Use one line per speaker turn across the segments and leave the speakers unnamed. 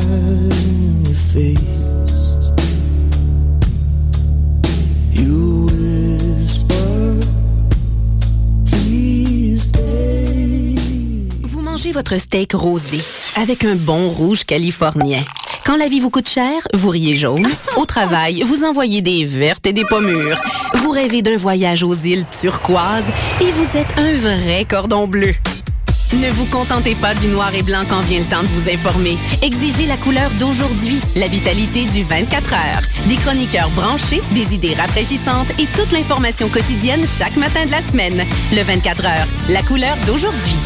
in your face. You whisper, please stay.
Vous mangez votre steak rosé avec un bon rouge californien. Quand la vie vous coûte cher, vous riez jaune. Au travail, vous envoyez des vertes et des pommures. Vous rêvez d'un voyage aux îles turquoises et vous êtes un vrai cordon bleu. Ne vous contentez pas du noir et blanc quand vient le temps de vous informer. Exigez la couleur d'aujourd'hui, la vitalité du 24 heures. Des chroniqueurs branchés, des idées rafraîchissantes et toute l'information quotidienne chaque matin de la semaine. Le 24 heures, la couleur d'aujourd'hui.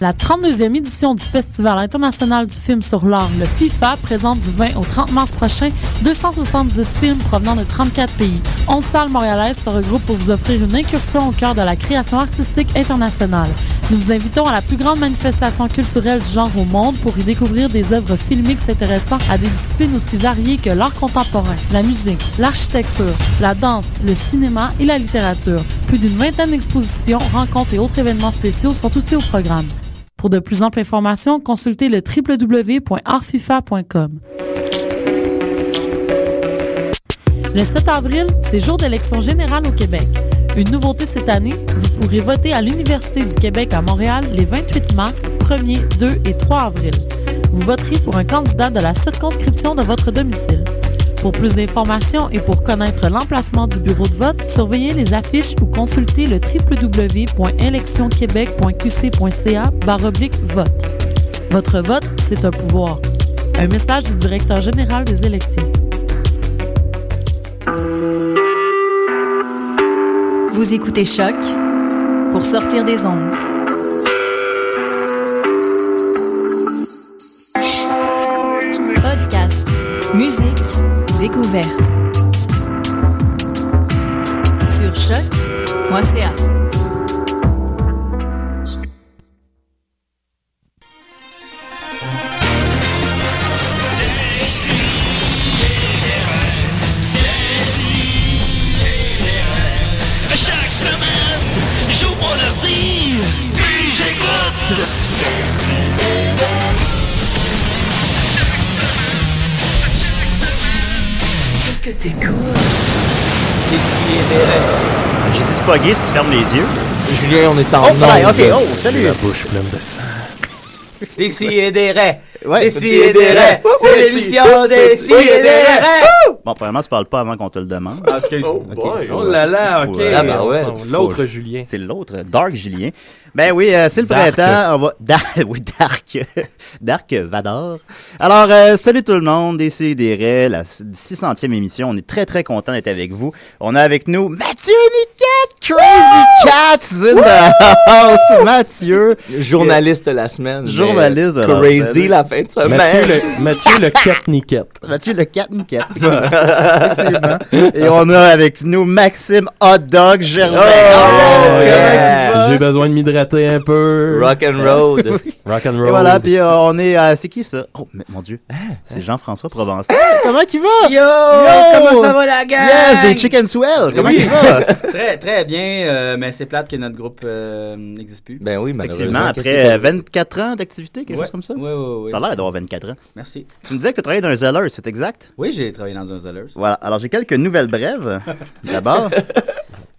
La 32e édition du Festival international du film sur l'art, le FIFA, présente du 20 au 30 mars prochain 270 films provenant de 34 pays. 11 salles montréalaises se regroupent pour vous offrir une incursion au cœur de la création artistique internationale. Nous vous invitons à la plus grande manifestation culturelle du genre au monde pour y découvrir des œuvres filmiques s'intéressant à des disciplines aussi variées que l'art contemporain, la musique, l'architecture, la danse, le cinéma et la littérature. Plus d'une vingtaine d'expositions, rencontres et autres événements spéciaux sont aussi au programme. Pour de plus amples informations, consultez le www.artfifa.com. Le 7 avril, c'est jour d'élection générale au Québec. Une nouveauté cette année, vous pourrez voter à l'Université du Québec à Montréal les 28 mars, 1er, 2 et 3 avril. Vous voterez pour un candidat de la circonscription de votre domicile. Pour plus d'informations et pour connaître l'emplacement du bureau de vote, surveillez les affiches ou consultez le www.électionquebec.qc.ca vote. Votre vote, c'est un pouvoir. Un message du directeur général des élections.
Vous écoutez Choc pour sortir des ondes. Podcast, musique, découverte. Sur choc.ca.
Chaque semaine, j'ouvre mon ordi, puis j'écoute. Qu'est-ce que t'écoutes?
J'ai dit c'est pas gay si tu fermes les yeux.
Julien, on est en
Oh,
onde.
pareil, ok, oh, salut.
J'ai La bouche pleine de sang.
Ici et des raies.
Ouais,
Ici et des raies. C'est l'émission des si et des raies.
Bon, premièrement, tu parles pas avant qu'on te le demande.
Ah, excuse.
boy.
Oh là là, ok.
Ouais. Ah, ben
ouais.
L'autre Julien.
C'est l'autre, Dark Julien. Ben oui, euh, c'est le
Dark.
printemps. On va... Dar- Oui, Dark. Dark Vador. Alors, euh, salut tout le monde, ici Desraies, la 600e émission. On est très, très content d'être avec vous. On a avec nous Mathieu Niquette, Crazy Cats in the house. Oh, Mathieu.
Journaliste de la semaine. mais
Journaliste de la
Crazy
semaine.
la fin de semaine.
Mathieu le, Mathieu le Cat Niquette.
Mathieu le 4 Niquette. Effectivement. Et on a avec nous Maxime Hot Dog Gervais. Ah,
Oh,
comment
yeah.
il va?
Ah, J'ai besoin de m'hydrater un peu. Ah.
Rock and road.
Rock and
Et
roll.
voilà, puis euh, on est à... C'est qui ça? Oh, mais- mon Dieu. C'est Jean-François Provençal. Comment il va?
Yo, comment ça va la gang?
Yes, des Chicken Swell. Comment il va?
Très, très bien, euh, mais c'est plate que notre groupe euh, n'existe plus.
ben oui,
Effectivement,
malheureusement. qu'est-ce
après euh, 24 ans d'activité, quelque chose comme ça.
Oui, oui,
T'as
oui.
l'air d'avoir 24 ans.
Merci.
Tu me disais que tu travaillais dans un Zeller, c'est exact?
Oui, j'ai travaillé dans un Zellers.
Voilà. Alors, j'ai quelques nouvelles brèves, d'abord.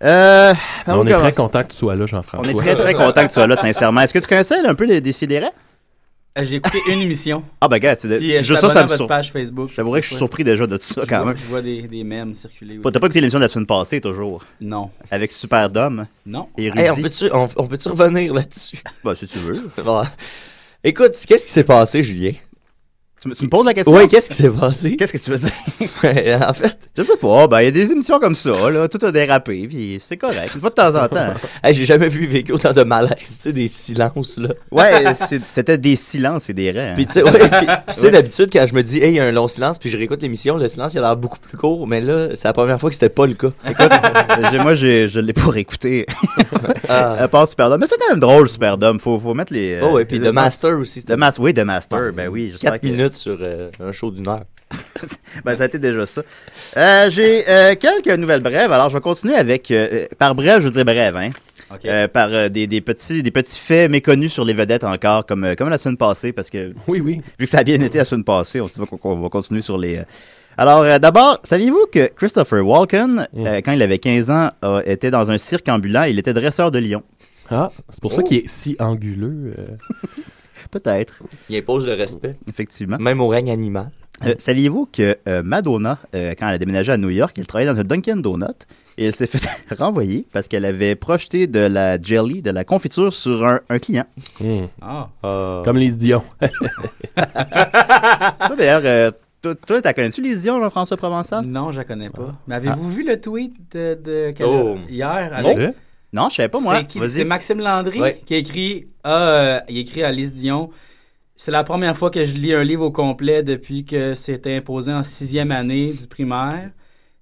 Euh,
Mais
par où
on est
commencer?
très content que tu sois là,
On est
Jean-François.
très, très content que tu sois là, sincèrement. Est-ce que tu connaissais là, un peu les décidérés?
Euh, J'ai écouté une émission.
Ah, ben, gars, c'est
Puis euh, je
juste
suis
ça,
abonné
ça
à
me
votre
surprend.
page Facebook.
Je t'avouerais que je suis surpris déjà de ça,
Je
quand
vois,
même.
je vois des, des mèmes circuler. oui.
T'as pas écouté l'émission de la semaine passée, toujours?
Non.
Avec Superdome
Non.
et
Hey, on
Rudy.
peut-tu on, on peut-tu revenir là-dessus?
Bah, si tu veux.
Bon. Écoute, qu'est-ce qui s'est passé, Julien?
Tu me, tu me poses la question?
Oui, qu'est-ce qui s'est passé?
Qu'est-ce que tu veux dire?
en fait,
Je sais pas, ben il y a des émissions comme ça, là, tout a dérapé, puis c'est correct, une fois de temps en temps.
hey, j'ai jamais vu Vécu autant de malaise, tu sais, des silences, là.
Ouais, c'est- c'était des silences et des hein. rêves.
Puis tu sais, ouais, puis- puis tu sais, d'habitude, quand je me dis, hey, il y a un long silence, puis je réécoute l'émission, le silence, il a l'air beaucoup plus court, mais là, c'est la première fois que c'était pas le cas.
Écoute, j'ai- moi j'ai- je l'ai pas réécouté,
Ah.
à part Superdome, mais c'est quand même drôle Superdome, faut, faut mettre les...
Oh, et puis The Master aussi,
De
c'était
Master, oui, The Master, ben oui, j'espère
4
que...
minutes sur euh, un show d'une heure.
Ben, ça a été déjà ça. Euh, j'ai euh, quelques nouvelles brèves, alors je vais continuer avec... euh, par brève, je veux dire brève, hein. euh, par euh, des, des petits, des petits faits méconnus sur les vedettes encore, comme, euh, comme la semaine passée, parce que
Oui, oui.
vu que ça a bien été la semaine passée, on se dit qu'on qu'on va continuer sur les... euh. Alors, euh, d'abord, saviez-vous que Christopher Walken,
Mm.
euh, quand il avait 15 ans, a- était dans un cirque ambulant, il était dresseur de lions.
Ah, c'est pour ça
Oh.
qu'il est si anguleux. euh.
Peut-être.
Il impose le respect.
Effectivement.
Même au règne animal.
Euh, Saviez-vous que euh, Madonna, euh, quand elle a déménagé à New York, elle travaillait dans un Dunkin' Donut et elle s'est fait renvoyer parce qu'elle avait projeté de la jelly, de la confiture sur un, un client.
Hmm.
Ah.
Euh,
Comme les Dion.
Toi, D'ailleurs, euh, toi, toi, t'as connais-tu les Dion, Jean-François Provençal?
Non, je la connais pas. Mais avez-vous vu le tweet de, de- qu'elle a
Oh.
hier
Non.
avec-
Non, Ah. je savais pas, moi.
C'est qui-
Vas-y.
C'est Maxime Landry
Ouais.
qui a écrit ah, euh, il écrit à Lise Dion. C'est la première fois que je lis un livre au complet depuis que c'était imposé en sixième année du primaire.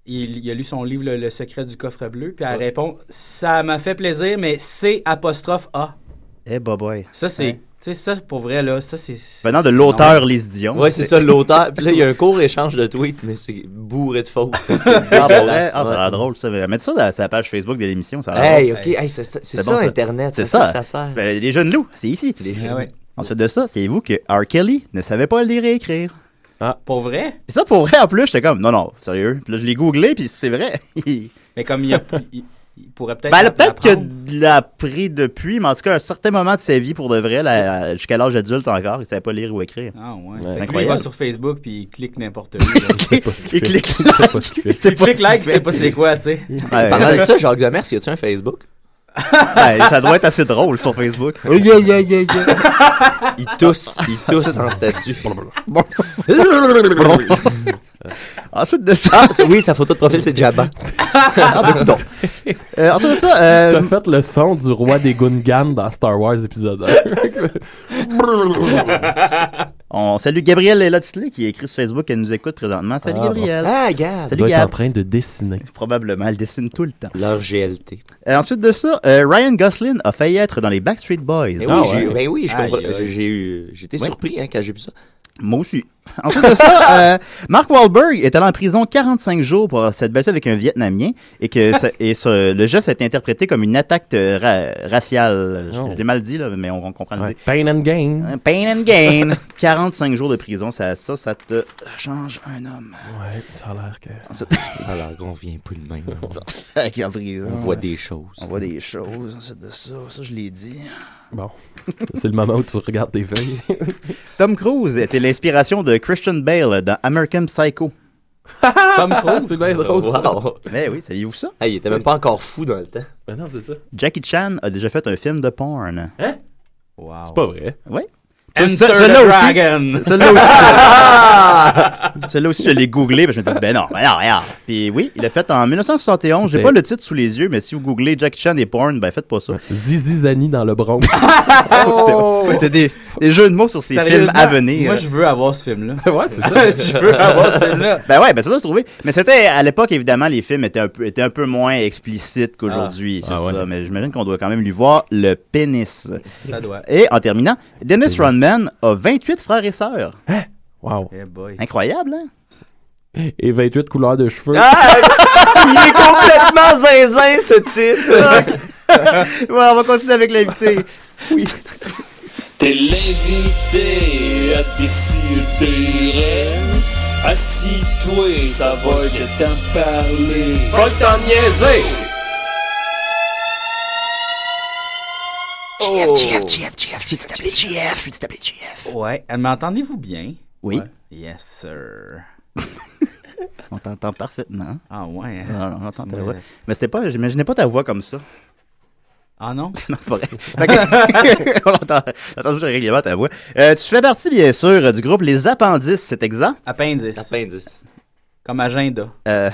Il, il a lu son livre Le, Le secret du coffre bleu, puis elle
Ouais.
répond Ça m'a fait plaisir, mais C apostrophe A.
Eh, boboy.
Ça, c'est.
Ouais.
Tu sais, ça, pour vrai, là, ça, c'est.
Venant de l'auteur Lise Dion.
Ouais, c'est ça, l'auteur. Puis là, il y a un court échange de tweets, mais c'est bourré de fautes. C'est
Ah, bah ouais.
dégueulasse.
Ah, ça a l'air
Ouais.
drôle, ça. Mettre ça dans sa page Facebook de l'émission, ça a l'air
Hey,
drôle.
ok, hey, c'est ça, c'est
C'est
ça,
bon, ça.
Internet.
C'est
C'est
ça.
ça, que ça sert.
Ben, les jeunes loups, c'est ici.
Ah ouais.
Ensuite de ça, c'est vous que R. Kelly ne savait pas lire et écrire.
Ah, Pour vrai?
Et ça, pour vrai, en plus, j'étais comme, non, non, sérieux. Puis là, je l'ai googlé, puis c'est vrai.
Mais comme il, y a- il- il pourrait peut-être.
Ben, elle a peut-être que
l'apprendre.
de l'a pris depuis, mais en tout cas, à un certain moment de sa vie, pour de vrai, là, jusqu'à l'âge adulte encore, il savait pas lire ou écrire.
Ah, ouais.
Ouais.
Fait que lui, il va
Incroyable.
sur Facebook, puis il clique n'importe où. là.
C'est pas ce qu'il
Il
fait.
clique
C'est pas ce qu'il fait.
C'était
il clique like, c'est pas c'est quoi, tu sais.
Ouais,
Parlant de ça, Jacques Demers, y a-tu un Facebook?
ouais, ça doit être assez drôle sur Facebook.
Ils tous, ils tous en statut.
Ensuite de ça,
Ah, oui, sa photo de profil, c'est Jabba.
Ah, ben, coudonc. Euh, ensuite de ça, euh,
T'as fait le son du roi des Gungans dans Star Wars épisode 1.
on salue Gabriel Lelatisley qui écrit sur Facebook qu'elle nous écoute présentement. Salut
Ah,
Gabriel.
Ah, regarde.
Salut
doit être en
Gab.
train de dessiner.
Probablement, elle dessine tout le temps.
Leur GLT.
Euh, ensuite de ça, euh, Ryan Gosling a failli être dans les Backstreet Boys.
Eh oui,
Ah,
j'ai,
ouais.
ben oui, je
Aïe,
comprends.
aïe.
j'ai- j'ai eu- j'étais
Ouais.
surpris hein, quand j'ai vu ça.
Moi aussi. Ensuite de ça, euh, Mark Wahlberg est allé en prison 45 jours pour s'être battu avec un Vietnamien et que ça- et ce- le geste a été interprété comme une attaque euh, ra- raciale. Je-
Oh.
Je l'ai mal dit, là, mais on, on comprend
Ouais.
l'idée.
Pain and gain.
Un Pain and gain. 45 jours de prison, ça, ça, ça te change un homme.
Ouais, ça a l'air que.
Ça a l'air qu'on vient plus de même.
Avec la prison.
On voit des choses.
On voit des choses. Ensuite de ça, ça je l'ai dit.
Bon. C'est le moment où tu regardes tes feuilles.
Tom Cruise était l'inspiration de Christian Bale dans American Psycho.
Tom Cruise, c'est bien drôle. ça.
Wow.
Mais oui, saviez-vous ça?
Hey, il était même pas encore fou dans le temps.
Ben
Mais non, c'est ça. C'est
Jackie Chan a déjà fait un film de porn.
Hein? Wow.
pas vrai.
Enter
Ce- ce-
the
celui-là aussi-
Dragon.
ce- Celui-là
Ah!
aussi, je- celui-là aussi, je l'ai googlé, parce que je me suis dit, ben non, ben non, regarde. Puis oui, il l'a fait en 1971. J'ai
C'était-
pas le titre sous les yeux, mais si vous googlez Jackie Chan et porn, ben faites pas ça.
Zizi Zani dans le Bronx.
Ouais, C'est des, des jeux de mots sur ces films
Oh. Sérieusement,
à venir.
Moi, je veux avoir ce film-là.
ouais, c'est ça.
je veux avoir ce film-là.
Ben ouais, ben ça doit se trouver. Mais c'était, à l'époque, évidemment, les films étaient un peu, étaient un peu moins explicites qu'aujourd'hui, c'est
Ah ouais.
ça. Mais j'imagine qu'on doit quand même lui voir le pénis.
Ça doit.
Et en terminant, Dennis
Pénis.
Rodman a 28 frères et sœurs.
Wow.
Eh boy.
Incroyable, hein?
Et 28 couleurs de cheveux.
Ah! Il est complètement zinzin, ce titre.
Ouais, on va continuer avec l'invité.
T'es l'invité à décider. Assis-toi, ça va que t'en parler. Pas le temps de niaiser!
Oh.
Ouais. Euh, M'entendez-vous bien?
Oui,
Yes, sir.
on t'entend parfaitement.
Ah ouais. hein?
Ah, non, on entend
C'est
ta
pas-
voix. Mais c'était pas, j'imaginais pas ta voix comme ça.
Ah non?
Non, c'est pas vrai. Fait que- on entend, on entend toujours régulièrement ta voix. Euh, tu fais partie, bien sûr, euh, du groupe Les Appendices, c'est exact?
Appendice.
Appendice.
Comme agenda.
Euh,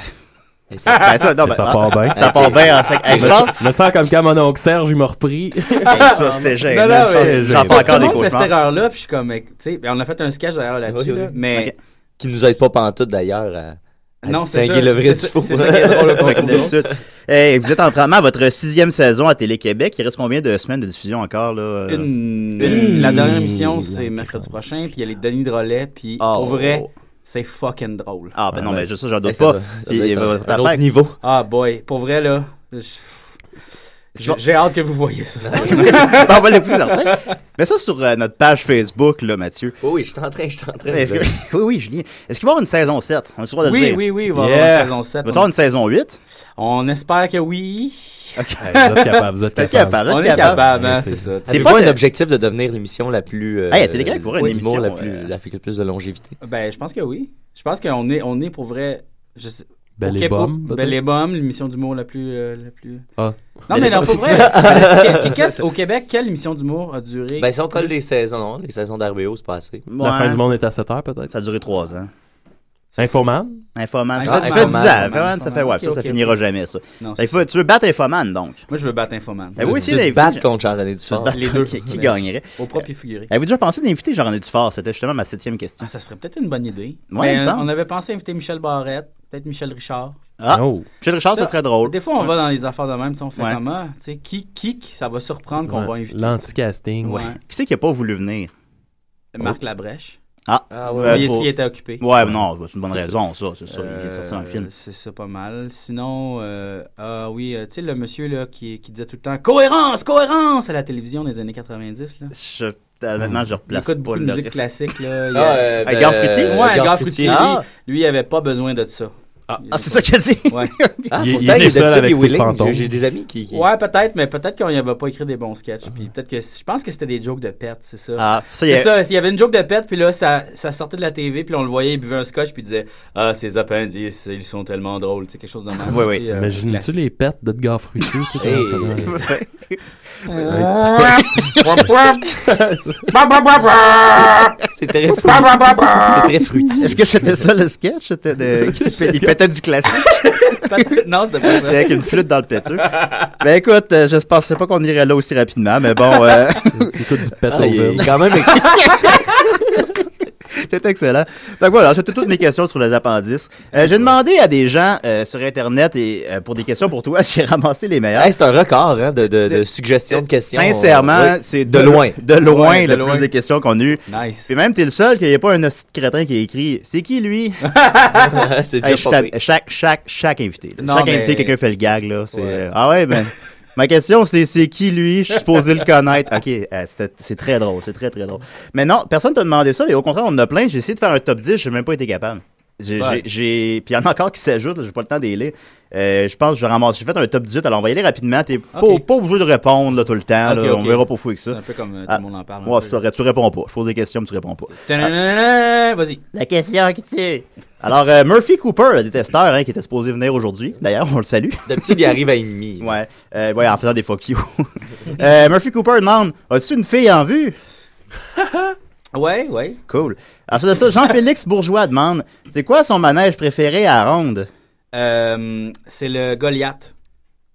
Hey, ça-
ben ça, non,
Mais
ben,
ça
ah,
part bien.
ça part bien en sec. Hey, je pense
me sens comme quand mon oncle Serge, il m'a repris.
hey, Ben, ça, c'était gênant.
Ah, Non, non,
Je pense-
mais-
J'en fais
Tout
encore
Tout le
des
monde fait cette
cauchemars.
erreur-là, puis je suis comme, eh, tu sais, on a fait un sketch d'ailleurs là-dessus,
Oui, oui.
là, mais
Ok.
Qui nous aide pas pantoute, d'ailleurs, à, à
non, c'est ça.
distinguer le
c'est
vrai du
ça-
faux.
C'est ça qui est drôle qu'on
Fait que
trouve drôle.
d'habitude. Hey, vous êtes en train à votre sixième saison à Télé-Québec. Il reste combien de semaines de diffusion encore? Là? euh?
Une-
Une-
La dernière émission,
Une-
c'est
Une-
mercredi prochain, puis il y a les Denis Drolet, puis
Oh.
pour vrai, c'est fucking drôle.
Ah, ben
Ah,
non,
ben,
mais juste ça, j'en
Hey,
doute
ça
pas.
doit- ça
Il-
doit
il
être
va-
un-
ta
un autre
fête.
niveau.
Ah boy, pour vrai là, je- J'ai j'ai hâte que vous voyez ça.
Ben, on va le présenter. Mais ça sur euh, notre page Facebook, là, Mathieu.
Oui, oui, je suis en train, je suis en train. de
Est-ce que-
dire.
Oui, oui, Julien. Est-ce qu'il va y avoir une saison 7? On a le droit de le
Oui,
dire.
oui, oui, il va y avoir une saison 7.
Va t avoir une saison 8?
On espère que oui.
OK.
Vous êtes capable, vous êtes
T'es
capable.
capable,
On
t'es
est capable, hein,
T'es-
c'est ça. tu sais.
T'es
C'est
pas
pas
de-
un objectif de devenir l'émission la plus. euh,
Hey, à Télé-Québec, pour une
oui, d'humour
émission,
La plus,
euh,
la fait le plus de longévité.
Ben, je pense que oui. Je pense qu'on est, on est pour vrai. Je sais,
Belle
au
et
Québec-
bombe. Ben, peut-être?
Belle et Bombe, l'émission d'humour la plus. euh, la plus...
Ah.
Non, mais non, pour vrai. que- que- qu'est-ce- au Québec, quelle émission d'humour a duré
Ben, si on colle
plus?
les saisons, hein, les saisons d'RBO, c'est pas assez.
Ouais.
La fin du monde est à 7 heures, peut-être.
Ça a duré 3 ans.
Infoman.
Infoman.
Ah,
ça, fait- ça fait 10 ans.
Infoman,
Infoman, ça fait, ouais,
Infoman.
ça,
Ok,
ça
ok,
finira
ok.
jamais, ça.
Non,
Fait
c'est
que faut- tu veux battre Infoman, donc.
ça. Moi, je veux battre Infoman.
Ben, vous
Tu
essayez
te
d'inviter-
bats contre Jean-René
tu veux
Dufort.
battre
les deux.
Qui, qui
Mais-
gagnerait? Eh,
Au propre et figuré.
Avez-vous déjà pensé d'inviter Jean-René Dufort? C'était justement ma septième question.
Ah, ça serait peut-être une bonne idée.
Ouais, il me
Mais,
semble.
Ben, on avait pensé inviter Michel Barrette, peut-être Michel Richard.
Ah,
Oh.
Michel Richard, ça serait drôle.
Des fois, on va dans les affaires de même, tu sais, on fait
Ouais.
comme ah, tu sais, qui, qui, qui ça va surprendre qu'on va
Ouais.
inviter.
L'anti-casting.
Ouais.
Qui c'est qui a pas voulu venir?
Marc Labrèche.
Ah
Oh. Euh,
Mais ici,
pour-
il était occupé.
Ouais, non, c'est une bonne raison, ça. C'est ça. Il est sorti dans le
Euh,
film.
C'est ça, pas mal. Sinon, euh, ah oui, euh, tu sais, le monsieur là, qui, qui disait tout le temps cohérence, cohérence à la télévision des années 90. Là.
Je, honnêtement, je
Il
replace
écoute
pas
beaucoup de
le-
musique classique. Là. Il y a-
Ah, euh,
Hey, ben, Gare Fruitier?
euh,
ouais,
Gare
Gare
Fruitier.
Fruitier,
Ah!
lui, il avait pas besoin de ça.
Ah,
Il
Ah,
avait
c'est
pas-
ça qu'elle dit?
Ouais,
Ah,
Il- il est
pourtant, il est
seul
seul
avec
avec
ses
Willing.
fantômes.
J'ai- J'ai des amis qui. qui-
ouais peut-être, mais peut-être qu'on n'avait pas écrit des bons sketchs. Puis peut-être que je pense que c'était des jokes de pète, c'est ça.
Hmm. Ah, ça, il y
C'est
a-
ça, il y avait une joke de pète, puis là, ça, ça sortait de la TV, puis on le voyait, il buvait un scotch, puis il disait Ah, ces appendices, ils sont tellement drôles, tu sais, quelque chose de même.
Oui, oui.
tu sais, euh,
Imagines-tu les pets d'Edgar Fruitier? tu sais, comment ça doit aller?
C'est très fruit- C'est très fruitier.
Est-ce que c'était ça le sketch? C'était de... Il pétait du classique
Peut-être- non, c'était pas ça.
avec une flûte dans le péteux. Ben écoute, euh, je ne pensais pas qu'on irait là aussi rapidement, mais bon, euh,
Écoute du pet
Ah, il est
au
quand même
c'est excellent. Fait que voilà, c'était toutes mes questions sur les appendices. Euh, J'ai demandé à des gens euh, sur Internet et euh, pour des questions pour toi, j'ai ramassé les meilleures.
Hey, c'est un record hein, de, de- de suggestions de questions.
Sincèrement,
Oui.
c'est
de loin.
De loin,
Ouais, de
le
loin.
plus de questions qu'on a eues.
Nice.
Puis même, t'es le seul qu'il n'y ait pas un hostie de crétin qui a écrit C'est qui lui
c'est
Hey,
déjà
je
pas
t'ad-
pire.
chaque, chaque, chaque invité. là.
Non,
chaque
mais-
invité, quelqu'un fait le gag. Là. C'est,
Ouais.
euh, Ah ouais, ben. Ma question, c'est c'est qui lui? Je suis supposé le connaître. OK, euh, c'était- c'est très drôle, c'est très, très drôle. Mais non, personne t'a demandé ça, et au contraire, on en a plein. J'ai essayé de faire un top 10, j'ai même pas été capable. J'ai, j'ai-
Ouais.
j'ai- Puis il y en a encore qui s'ajoutent, là, j'ai pas le temps d'y aller. Euh, je pense que je ramasse. J'ai fait un top 18, alors on va y aller rapidement. T'es pas,
Ok.
pas obligé de répondre là, tout le temps.
Ok,
Ah, là. On
ok.
verra pas fou avec
C'est
ça.
un peu comme euh, tout
Ah.
le monde en parle. un
Ouais,
peu.
tu- tu réponds pas. Je pose des questions, mais tu réponds pas.
Ta-da-da-da-da, Vas-y.
La question qui tue. Alors, euh, Murphy Cooper, le détesteur, hein, qui était supposé venir aujourd'hui. D'ailleurs, on le salue.
D'habitude, il arrive à ennemi.
Ouais, euh, ouais en faisant des fuck you. Euh, Murphy Cooper demande As-tu une fille en vue
Ouais, ouais.
Cool. Ensuite de ça, Jean-Félix Bourgeois demande C'est quoi son manège préféré à Ronde
Euh, c'est le Goliath.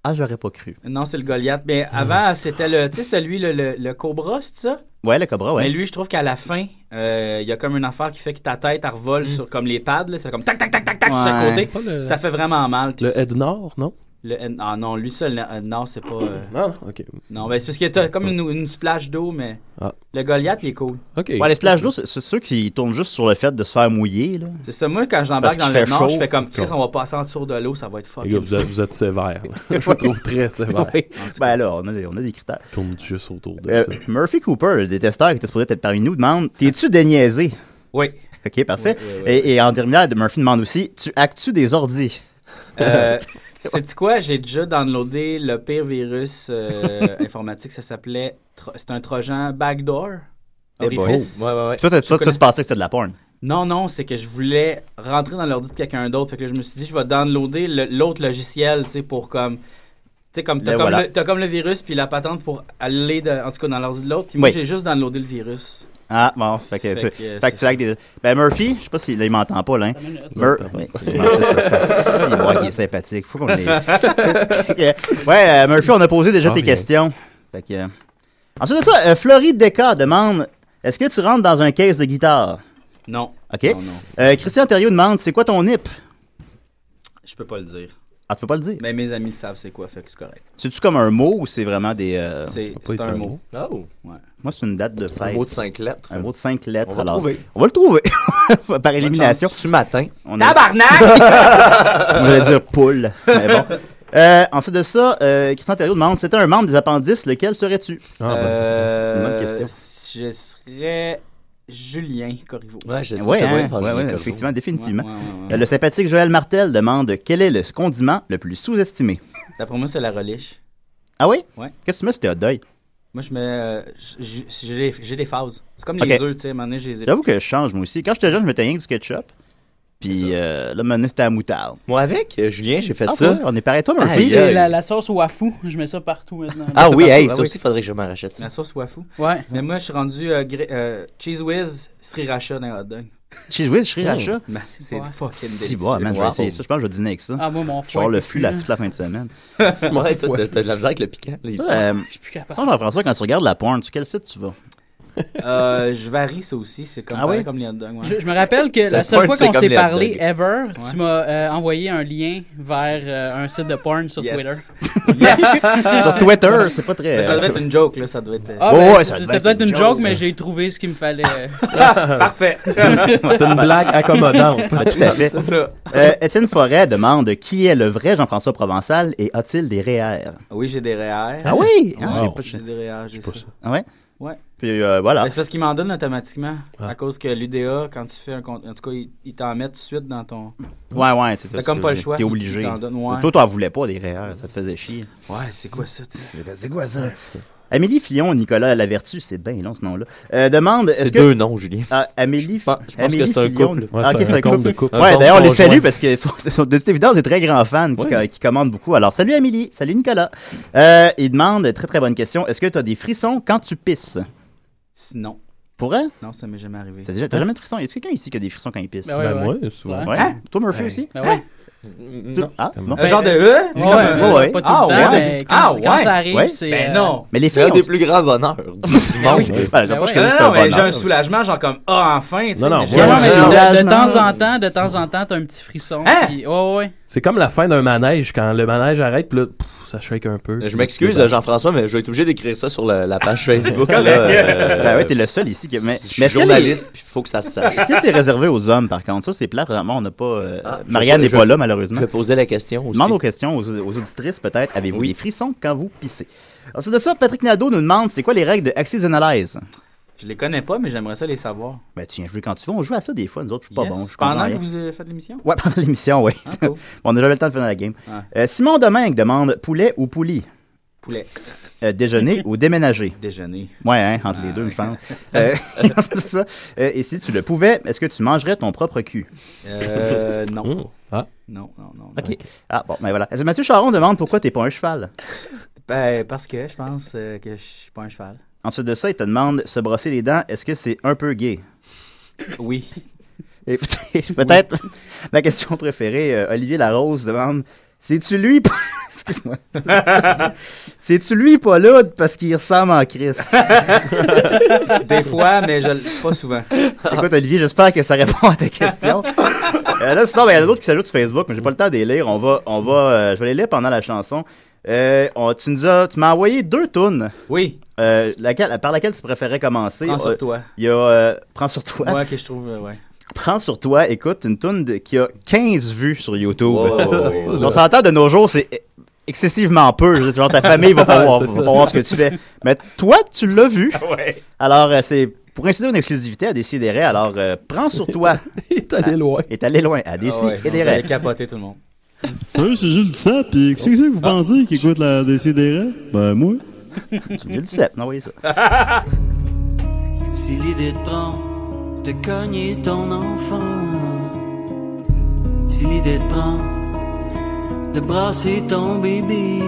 Ah, j'aurais pas cru.
Non, c'est le Goliath. Mais
Ah.
avant, c'était le, tu sais, celui, le, le, le Cobra, c'est ça?
Ouais, le cobra, ouais.
Mais lui, je trouve qu'à la fin, euh, il y a comme une affaire qui fait que ta tête, elle
Mm.
revole sur comme les pads, là. C'est comme tac, tac, tac, tac, tac, sur le
Ouais.
côté. Ça fait vraiment mal. puis
Le Ed Nord, non?
Le N- Ah non, lui seul, le N- non, c'est pas. euh,
Non, Ah, ok.
Non, ben c'est parce que t'as comme une, une splash d'eau, mais.
Ah.
Le Goliath, il est cool.
Ok.
Ouais, les plages d'eau, c'est c'est ceux qui tournent juste sur le fait de se faire mouiller, là.
C'est ça, moi, quand
Parce
j'embarque dans
qu'il
le
fait
nord,
chaud.
je fais comme Chris, on va passer en dessous de l'eau, ça va être
Les
fucking.
gars, vous êtes, vous êtes sévères. là. Je vous trouve très sévère.
Ouais. Ben là, on a des, on a des critères.
Tourne juste autour de
Euh,
ça.
Murphy Cooper, le détesteur qui était supposé être parmi nous, demande T'es-tu déniaisé
Oui.
Ok, parfait.
Ouais, ouais, ouais,
Et, et en terminale, Murphy demande aussi Tu actes-tu des ordis
Euh, Sais-tu quoi? J'ai déjà downloadé le pire virus euh, informatique, ça s'appelait. Tro- C'est un Trojan Backdoor.
Eh ben,
Orifice.
Ouais, ouais, ouais.
Toi, t'as- toi, toi,
connais.
tu pensais que c'était de la porn.
Non, non, c'est que je voulais rentrer dans l'ordi de quelqu'un d'autre. Fait que là, je me suis dit, je vais downloader le- l'autre logiciel, tu sais, pour comme. Tu sais, comme t'as
Le
comme,
Ben voilà.
le- t'as comme le virus, puis la patente pour aller, de- en tout cas, dans l'ordi de l'autre. Puis moi,
Oui.
j'ai juste downloadé le virus.
Ah, bon, fait que,
Fait
tu,
que, euh,
fait que
c'est
tu actes des. Ben, Murphy, je sais pas s'il là, il m'entend pas, là. Hein. Mur...
Non,
Ouais, je pensais ça. Si, moi, il est sympathique. Faut qu'on l'ait. ouais, euh, Murphy, on a posé déjà
Ah,
tes
bien.
questions. Fait que. euh, Ensuite de ça, euh, Floride Descartes demande Est-ce que tu rentres dans un case de guitare
Non.
OK.
Ah.
Non, non.
Euh, Christian Thériault demande C'est quoi ton hip
Je peux pas le dire.
Ah, tu peux pas le dire.
Mais mes amis le savent, c'est quoi, fait que c'est correct.
C'est-tu comme un mot ou c'est vraiment des. euh,
C'est
peut pas
c'est
être
un
un
mot.
mot.
Oh,
Moi, c'est une date de
un
fête.
mot de cinq lettres.
Un mot de cinq lettres.
On va
alors.
trouver.
On va le trouver. Par élimination.
Tu matin.
On a-
Tabarnak!
On allait dire poule. Mais bon. Euh, ensuite de ça, euh, Christian Thériault demande c'était un membre des appendices, lequel serais-tu
Euh,
Bonne Ah, question.
Je serais Julien Corriveau.
Ouais, je sais
Ouais,
que je te
hein,
voyais faire
ouais,
Julien
ouais,
Corbeau.
effectivement, définitivement.
Ouais, ouais, ouais, ouais.
Euh, Le sympathique Joël Martel demande quel est le condiment le plus sous-estimé
D'après moi, c'est la relish.
Ah oui
Ouais.
Qu'est-ce que tu mets sur tes hot dogs?
Moi, je mets. euh, j- j- j'ai des- j'ai des phases. C'est comme
Ok.
les œufs, tu sais. À un moment donné, j'ai les
J'avoue que je change, moi aussi. Quand j'étais jeune, je mettais rien que du ketchup. Puis euh, là, maintenant, c'était à la moutarde.
Moi avec, euh, Julien, j'ai fait
Ah,
ça.
ouais, on est pareil, toi,
Ah,
Murphy.
yeah.
C'est la, la sauce wafu, je mets ça partout maintenant.
Ah oui,
partout,
hey,
ah
ça
oui. Ah,
aussi, faudrait que je m'en rachète ça.
La sauce waffle.
Ouais.
Mais moi, je suis rendu euh, gra- euh, Cheese Whiz, Sriracha dans les hot dogs.
Cheese whiz, sriracha.
Ben,
C'est
c'est
bon.
fucking
Si,
délicieux.
bon, man, je vais
Wow.
essayer ça. Je pense que je vais dîner avec ça.
Ah, moi, mon
je vais avoir
foie.
le flux la, toute la fin de semaine.
Ouais, toi, t'as- t'as de la misère avec le piquant. là, il-
Euh,
Je suis plus capable.
sans Jean-François, quand tu regardes la porn, sur quel site tu vas
Euh, je varie ça aussi. C'est comme,
Ah
pareil
oui?
comme les hot dogs. ouais.
Je, je me rappelle que
Ça
la seule
pointe,
fois
c'est
qu'on
comme
s'est
les hot
parlé
dogs.
ever,
Ouais.
tu m'as euh, envoyé un lien vers euh, un site de porn sur
Yes.
Twitter.
Yes!
Sur Twitter, c'est pas très.
Mais ça devait être une joke, là. Ça devait être. euh,
Ah,
Ouais,
ben,
ouais, ça
c'est-
devait
ça
être
peut être
une
une joke,
joke,
mais j'ai trouvé ce qu'il me fallait.
Parfait!
C'est une blague accommodante.
Ben, tout à fait.
C'est ça.
Euh, Étienne Forêt demande qui est le vrai Jean-François Provençal et a-t-il des E REER
Oui, j'ai des REER.
Ah oui Ah,
Wow.
j'ai pas de
J'ai
ch-
des REER, j'ai ça.
Ah ouais
Ouais.
Puis euh, voilà.
Mais c'est parce qu'ils m'en donnent automatiquement.
Ah.
À cause que l'UDA, quand tu fais un compte. En tout cas, ils, ils t'en mettent tout de suite dans ton.
Ouais, ouais, c'est
T'as comme pas le choix.
T'es
ils-
obligé.
Ils t'en donnent, ouais.
Toi, t'en voulais pas des REER, ça te faisait chier.
Ouais, c'est quoi ça, tu sais?
C'est quoi ça Amélie Fillon, Nicolas Lavertu, c'est bien long ce nom-là, euh, demande est-ce
C'est
que.
deux noms, Julien.
Ah, Amélie,
Je pense je pense
Amélie
que c'est un
Fillon-
couple.
Ouais,
Ah, ok,
c'est un, compte de couple.
Un
Ouais,
compte
d'ailleurs, on les
conjoint.
salue parce qu'ils sont, ils sont de toute évidence des très grands fans qui, euh,
Ouais.
qui commandent beaucoup. Alors, salut Amélie, salut Nicolas. Euh, il demande, très très bonne question, est-ce que tu as des frissons quand tu pisses
Non.
Pour elle?
Non, ça m'est jamais arrivé.
T'as déjà t'as jamais de frissons? Y a quelqu'un ici qui a des frissons quand il pisse?
Ben
Ben,
Ouais,
moi, souvent.
Ouais.
Ouais.
Hein?
Toi, Murphy
Ouais.
aussi?
Ben ouais.
Tout-
Non.
Ah, bon.
Un
Ben,
genre de. Euh,
Ouais,
C'est comme un-
ouais,
ouais.
Pas tout
Ah,
le temps,
ouais.
mais quand,
Ah,
quand
ouais.
ça arrive,
Ouais.
c'est.
Ben
euh,
non!
Mais les
C'est
filles.
un
ont-
des plus grands bonheurs du monde.
Ouais, j'ai pas- je
Ben
connais
Non, non,
juste un
mais j'ai un
bonheur.
soulagement, genre comme Ah, enfin! tu sais,
Non, non,
mais j'ai-
moi,
Ouais,
Ouais,
mais
non.
de- de,
Non.
temps en temps, de temps en temps, t'as un petit frisson.
Hein?
puis- ouais, ouais.
C'est comme la fin d'un manège. Quand le manège arrête, puis là, pff, ça shake un peu.
Je m'excuse, Jean-François, mais je vais être obligé d'écrire ça sur la, la page Facebook. Euh,
correct.
Ben ouais, t'es le seul ici qui. Mais,
je
mais
suis
est-ce que les-
journaliste, puis il faut que ça se sache.
Est-ce que c'est réservé aux hommes, par contre? Ça, c'est plat. Vraiment, on n'a pas. euh,
Ah, je-
Marianne n'est
je-
pas là,
Je
malheureusement.
vais poser la question aussi.
Demande aux questions, aux, aux auditrices, peut-être. Avez-vous
Oui.
des frissons quand vous pissez? Ensuite de ça, Patrick Nadeau nous demande c'est quoi les règles de Axis Analyze?
Je les connais pas, mais j'aimerais ça les savoir.
Ben, tiens, je veux quand tu veux, on joue à ça des fois. Nous autres, je suis pas
Yes.
bon. Je comprends
Pendant que
rien.
vous euh, faites l'émission?
Ouais, pendant l'émission, oui.
Ah, cool. Ah.
on a jamais le temps de finir la game.
Ouais.
Euh, Simon Domingue demande poulet ou poulie?
Poulet,
Euh, déjeuner ou déménager?
déjeuner.
Ouais, hein, entre les deux, je pense. Euh, c'est ça. Euh, et si tu le pouvais, est-ce que tu mangerais ton propre cul?
Euh, non.
Mmh. Ah.
Non, non, non. non.
OK. Ah, bon, ben voilà. Est-ce que Mathieu Charon demande pourquoi t'es pas un cheval?
Ben, parce que je pense euh, que je suis pas un cheval.
Ensuite de ça, il te demande se brosser les dents, est-ce que c'est un peu gay?
Oui.
Et peut-être, peut-être ma question préférée, euh, Olivier Larose demande C'est-tu lui pa- Excuse-moi. C'est-tu lui pas l'autre parce qu'il ressemble en Christ?
Des fois, mais je le- pas souvent.
Écoute, Olivier, j'espère que ça répond à ta question. Euh, là, sinon, ben, il y en a d'autres qui s'ajoutent sur Facebook, mais j'ai pas le temps de les lire. On va, on va, euh, je vais les lire pendant la chanson. Euh, on- tu nous as, tu m'as envoyé deux tunes,
Oui,
euh, laquelle- par laquelle tu préférais commencer.
prends
Euh,
sur toi.
Il y a euh, Prends sur toi.
Moi, que je trouve, euh, ouais.
Prends sur toi, écoute, une toune de- qui a 15 vues sur YouTube.
Wow.
Ça,
On
là.
s'entend de nos jours, c'est excessivement peu. Je veux dire, Genre, ta famille va pas
Ouais,
voir,
c'est
va
ça,
pas voir ce que tu fais. Mais toi, tu l'as vu. Alors, euh, c'est pour inciter une exclusivité à Décideret. Alors, euh, prends sur toi
Il est allé loin.
et allé loin à
Ah ouais,
Décideret.
vous allez capoter tout le monde.
Salut, c'est Jules ça puis qu'est-ce que c'est que
Ah.
vous pensez qui écoute la DCDR? Ben, moi.
Tu le sais, non, oui, ça.
Si l'idée te prend de cogner ton enfant, si l'idée te prend de brasser ton bébé,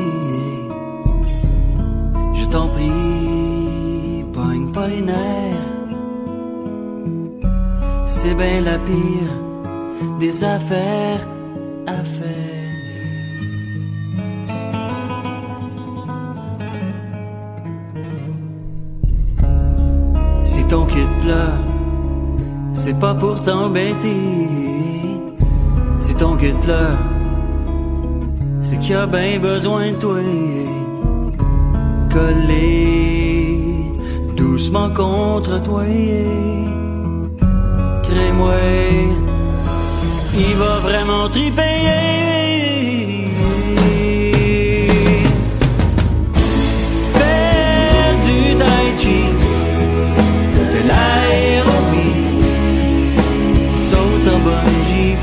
je t'en prie, pogne pas les nerfs. C'est bien la pire des affaires à faire. Si ton kid pleure, c'est pas pour t'embêter. Si ton kid pleure, c'est qu'il a bien besoin de toi. Collé doucement contre toi. Crée-moi, il va vraiment triper.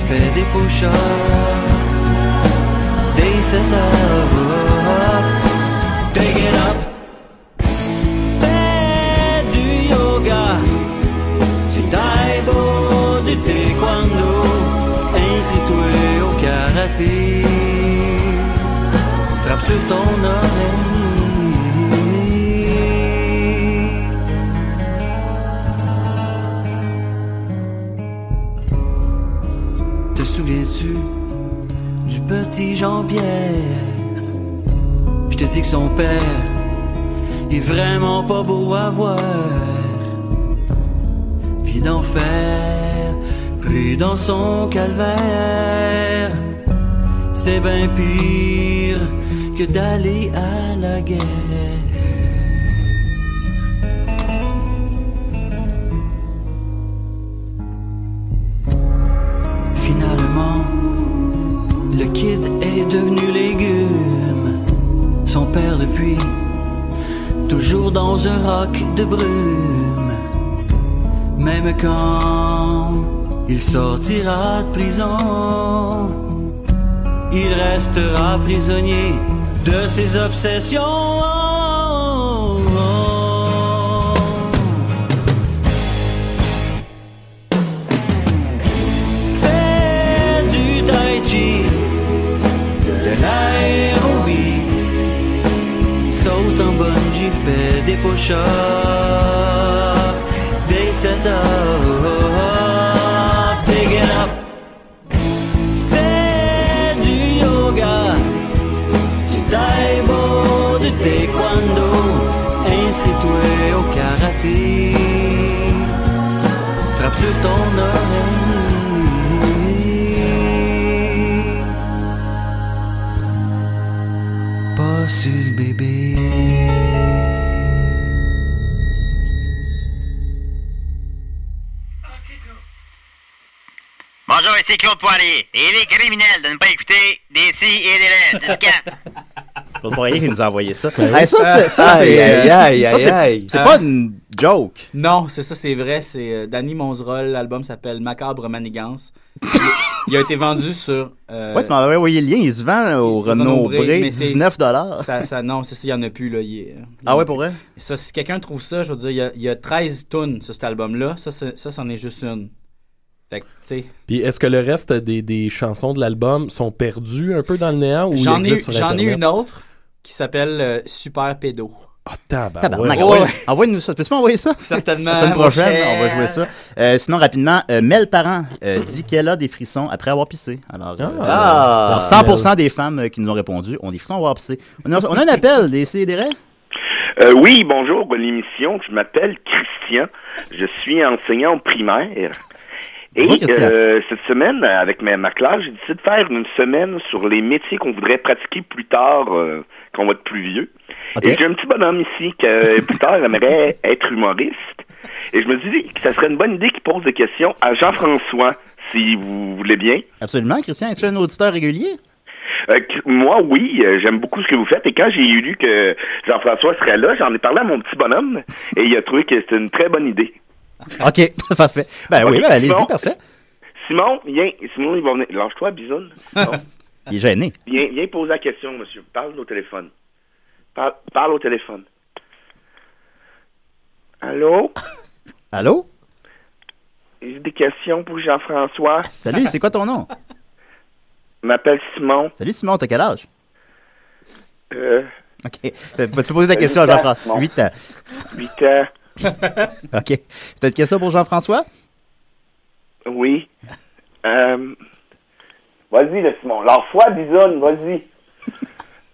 fais des push-ups, des oh, set-ups, big it up. Fais du yoga, du taibo, du taekwondo, inscris-toi au karaté. Frappe sur ton oreille. Te souviens-tu du petit Jean-Pierre? Je te dis que son père est vraiment pas beau à voir. Puis d'enfer, puis dans son calvaire, c'est bien pire que d'aller à la guerre. Finalement, le kid est devenu légume. Son père depuis, toujours dans un roc de brume. Même quand il sortira de prison, il restera prisonnier de ses obsessions. Fais du tai chi, de l'aérobie, saute en bungee, fais des push-ups, des set-ups, dig it up. Fais du yoga, du taïbo, du taekwondo, é inscris-toi au karaté, frappe sur ton oreille. Pas sur le bébé.
Bonjour, ici Claude Poirier. Et il est criminel de ne pas écouter des si et des lèvres. 10
Claude Poirier qui nous a envoyé ça.
Ben oui.
Hey, ça, c'est- ça,
Aïe,
c'est,
aïe,
euh,
aïe,
ça,
aïe,
c'est-
aïe.
C'est
Euh,
pas une joke.
Non, c'est ça, c'est vrai. C'est euh, Danny Monzeroll. L'album s'appelle Macabre Manigance. Il, il a été vendu sur. euh,
Ouais, tu m'en avais envoyé le lien. Il se vend au Renaud Bré,
mais c'est-
19 dollars.
Ça, ça, non, c'est ça, il n'y en a plus. Là, il est-
Ah ouais, pour vrai?
Ça, si quelqu'un trouve ça, je veux dire, il y a, il y a 13 tunes sur cet album-là. Ça, c'est- ça, c'en est juste une. Fait que, tu sais.
Puis est-ce que le reste des, des chansons de l'album sont perdues un peu dans le néant ou ils
J'en ai,
existent sur
j'en ai
Internet?
une autre qui s'appelle euh, Super Pédo.
Ah, tabarouette.
Tabarnak,
Ouais.
envoie-
Ouais.
Envoie-nous ça. Peux-tu m'envoyer ça?
Certainement,
La semaine
mon
prochaine,
cher.
on va jouer ça. Euh, sinon, rapidement, euh, Mel Parent euh, dit qu'elle a des frissons après avoir pissé. Alors, euh,
Ah.
alors, 100% des femmes euh, qui nous ont répondu ont des frissons après avoir pissé. On a, on a un appel des CDR.
Euh, oui, bonjour, bonne émission. Je m'appelle Christian. Je suis enseignant au primaire. Et
Bonjour, Christian.
euh, cette semaine, avec ma, ma classe, j'ai décidé de faire une semaine sur les métiers qu'on voudrait pratiquer plus tard euh, quand on va être plus vieux. Et j'ai un petit bonhomme ici qui, euh, plus tard, aimerait être humoriste. Et je me dis que ça serait une bonne idée qu'il pose des questions à Jean-François, si vous voulez bien.
Absolument, Christian. Es-tu un auditeur régulier?
Euh, cr- moi, oui, euh, j'aime beaucoup ce que vous faites. Et quand j'ai eu lu que Jean-François serait là, j'en ai parlé à mon petit bonhomme et il a trouvé que c'était une très bonne idée.
OK, parfait. Ben oui,
Ok,
ben, allez-y,
bon.
parfait.
Simon, viens. Simon, il va venir. Lâche-toi, bisoune. Non.
Il est gêné.
viens, viens poser la question, monsieur. Parle au téléphone. Parle, parle au téléphone. Allô?
Allô?
J'ai des questions pour Jean-François.
Salut, c'est quoi ton nom?
Je m'appelle Simon.
Salut Simon, t'as quel âge?
Euh,
OK. Euh, Tu poser ta
Huit
question à
ans,
Jean-François.
non.
8 ans.
8 ans.
OK. T'as une question pour Jean-François?
Oui. Euh, vas-y, le Simon. Lâche-toi, bisoune. Vas-y.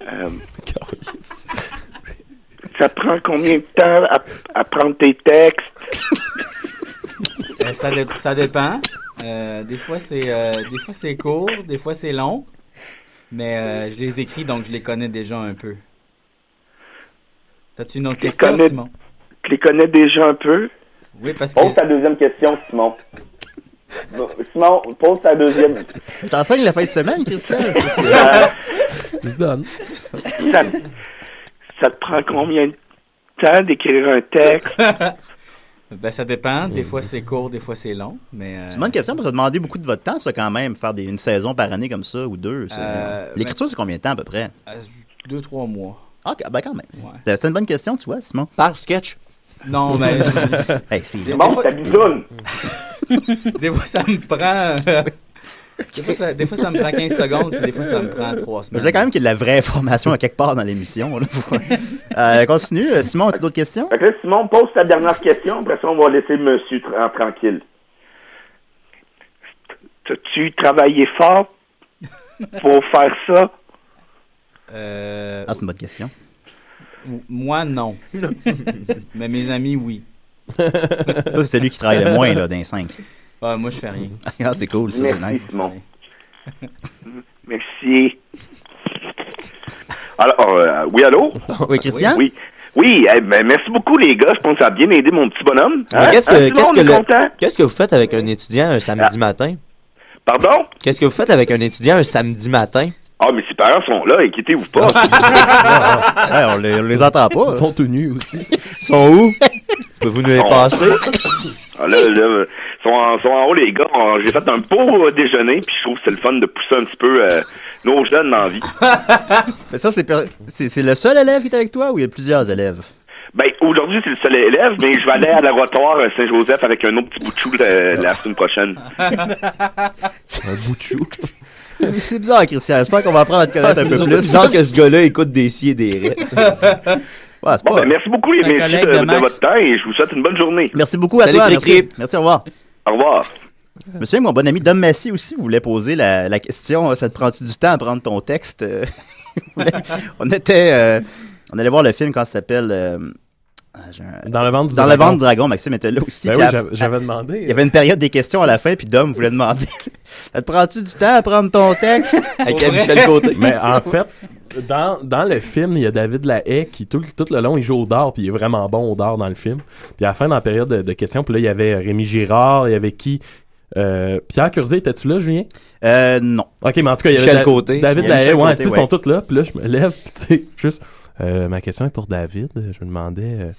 Euh, ça prend combien de temps à, à prendre tes textes?
Euh, ça, dé- ça dépend. Euh, des fois, c'est euh, des fois c'est court, des fois c'est long. Mais euh, je les écris, donc je les connais déjà un peu. T'as-tu une autre
Tu les
question,
connais-
Simon?
Tu les connais déjà un peu?
Oui, parce que...
Pose ta deuxième question, Simon. Bon, Simon, pose ta deuxième.
T'enseignes la fin de semaine, Christian?
Euh,
Il se donne.
ça, ça te prend combien de temps d'écrire un texte?
Ben, ça dépend. Des fois, c'est court, des fois, c'est long. Mais, euh,
C'est une bonne question, parce que ça demandait beaucoup de votre temps, ça, quand même, faire des- une saison par année comme ça, ou deux. ça.
Euh,
L'écriture, c'est combien de temps, à peu près?
euh, deux, trois mois.
Ah, ben quand même. C'est une bonne question, tu vois, Simon.
Par sketch?
Non, mais.
Hey, c'est-
Des- des
Bon,
fois-
ça bisonne.
des fois, ça me prend. euh, Des fois, ça, des fois, ça me prend 15 secondes, puis des fois, ça me
Mais
prend 3
Je
semaines.
voulais quand même qu'il y ait de la vraie information à quelque part dans l'émission. là, pour- Euh, continue. Euh, Simon, as-tu d'autres questions?
Fait que là, Simon, pose ta dernière question, après ça, on va laisser monsieur tra- tranquille. T'as-tu travaillé fort pour faire ça?
Euh,
Ah, c'est une bonne question.
m- Moi, non. mais mes amis, oui.
Toi, c'est celui qui travaille le moins, là, d'un 5.
Ah, moi, je fais rien.
Ah, c'est
Oh,
cool, ça, c'est nice.
Merci. Alors, euh, oui, allô?
Oui, Christian?
Oui. Oui, eh ben, merci beaucoup, les gars. Je pense que ça a bien aidé mon petit bonhomme.
Mais
Hein?
Qu'est-ce
Hein,
que,
tout le
qu'est-ce
monde
que
est
le-
content? Ah.
qu'est-ce que vous faites avec un étudiant un samedi matin?
Pardon?
Qu'est-ce que vous faites avec un étudiant un samedi matin?
Ah, mais ses parents sont là, inquiétez-vous pas.
on, les, entend pas. hein.
Ils sont tenus aussi.
Ils sont où? Pouvez-vous nous les
Sont-
passer?
Ah, là, là, euh, sont en, sont en haut, les gars. On- J'ai fait un beau euh, déjeuner, puis je trouve que c'est le fun de pousser un petit peu euh, nos jeunes dans la vie.
Mais ça, c'est per- c'est c'est le seul élève qui est avec toi ou il y a plusieurs élèves?
Ben, aujourd'hui, c'est le seul élève, mais je vais aller à l'aéroport euh, Saint-Joseph avec un autre petit bout de chou euh, la semaine prochaine.
Un bout de chou.
C'est bizarre, Christian. J'espère qu'on va apprendre à te connaître un peu
C'est
plus.
bizarre que ce gars-là écoute des si et des rêves.
Ouais, c'est
Bon,
pas-
ben, merci beaucoup, les
C'est un
messieurs,
collègue
de,
de
de
Max.
votre temps et je vous souhaite une bonne journée.
Merci beaucoup à
Salut,
toi.
Cricri.
Merci. merci, au revoir.
Au revoir.
Monsieur, mon bon ami Dom Massy aussi voulait poser la, la question. euh, Ça te prend-tu du temps à prendre ton texte? Euh,
Ben
on était. euh, on allait voir le film, quand ça s'appelle. euh, ah, j'ai un-
Dans le ventre du
Dans le
dragon.
ventre du dragon, Maxime était là aussi.
Ben
Puis
oui,
à-
j'avais- j'avais
à-
demandé.
Il y avait une période des questions à la fin, puis Dom voulait demander Ça te prend-tu du temps à prendre ton texte?
Pour vrai.
Michel Côté.
Mais en fait, dans, dans le film, il y a David Lahaye qui, tout, le- tout le long, il joue au dard, puis il est vraiment bon au dard dans le film. Puis à la fin, dans la période de, de questions, puis là, il y avait Rémi Girard, il y avait qui Euh, Pierre Curzé, étais-tu là, Julien
Euh, non.
Ok, mais en tout cas, il y avait
Michel
Da-
Côté.
David
Il y a
Lahaye,
Michel
ouais,
Côté,
tu sais, ils
ouais.
sont tous là, puis là, je me lève, puis tu sais, juste. euh, ma question est pour David. Je me demandais. euh,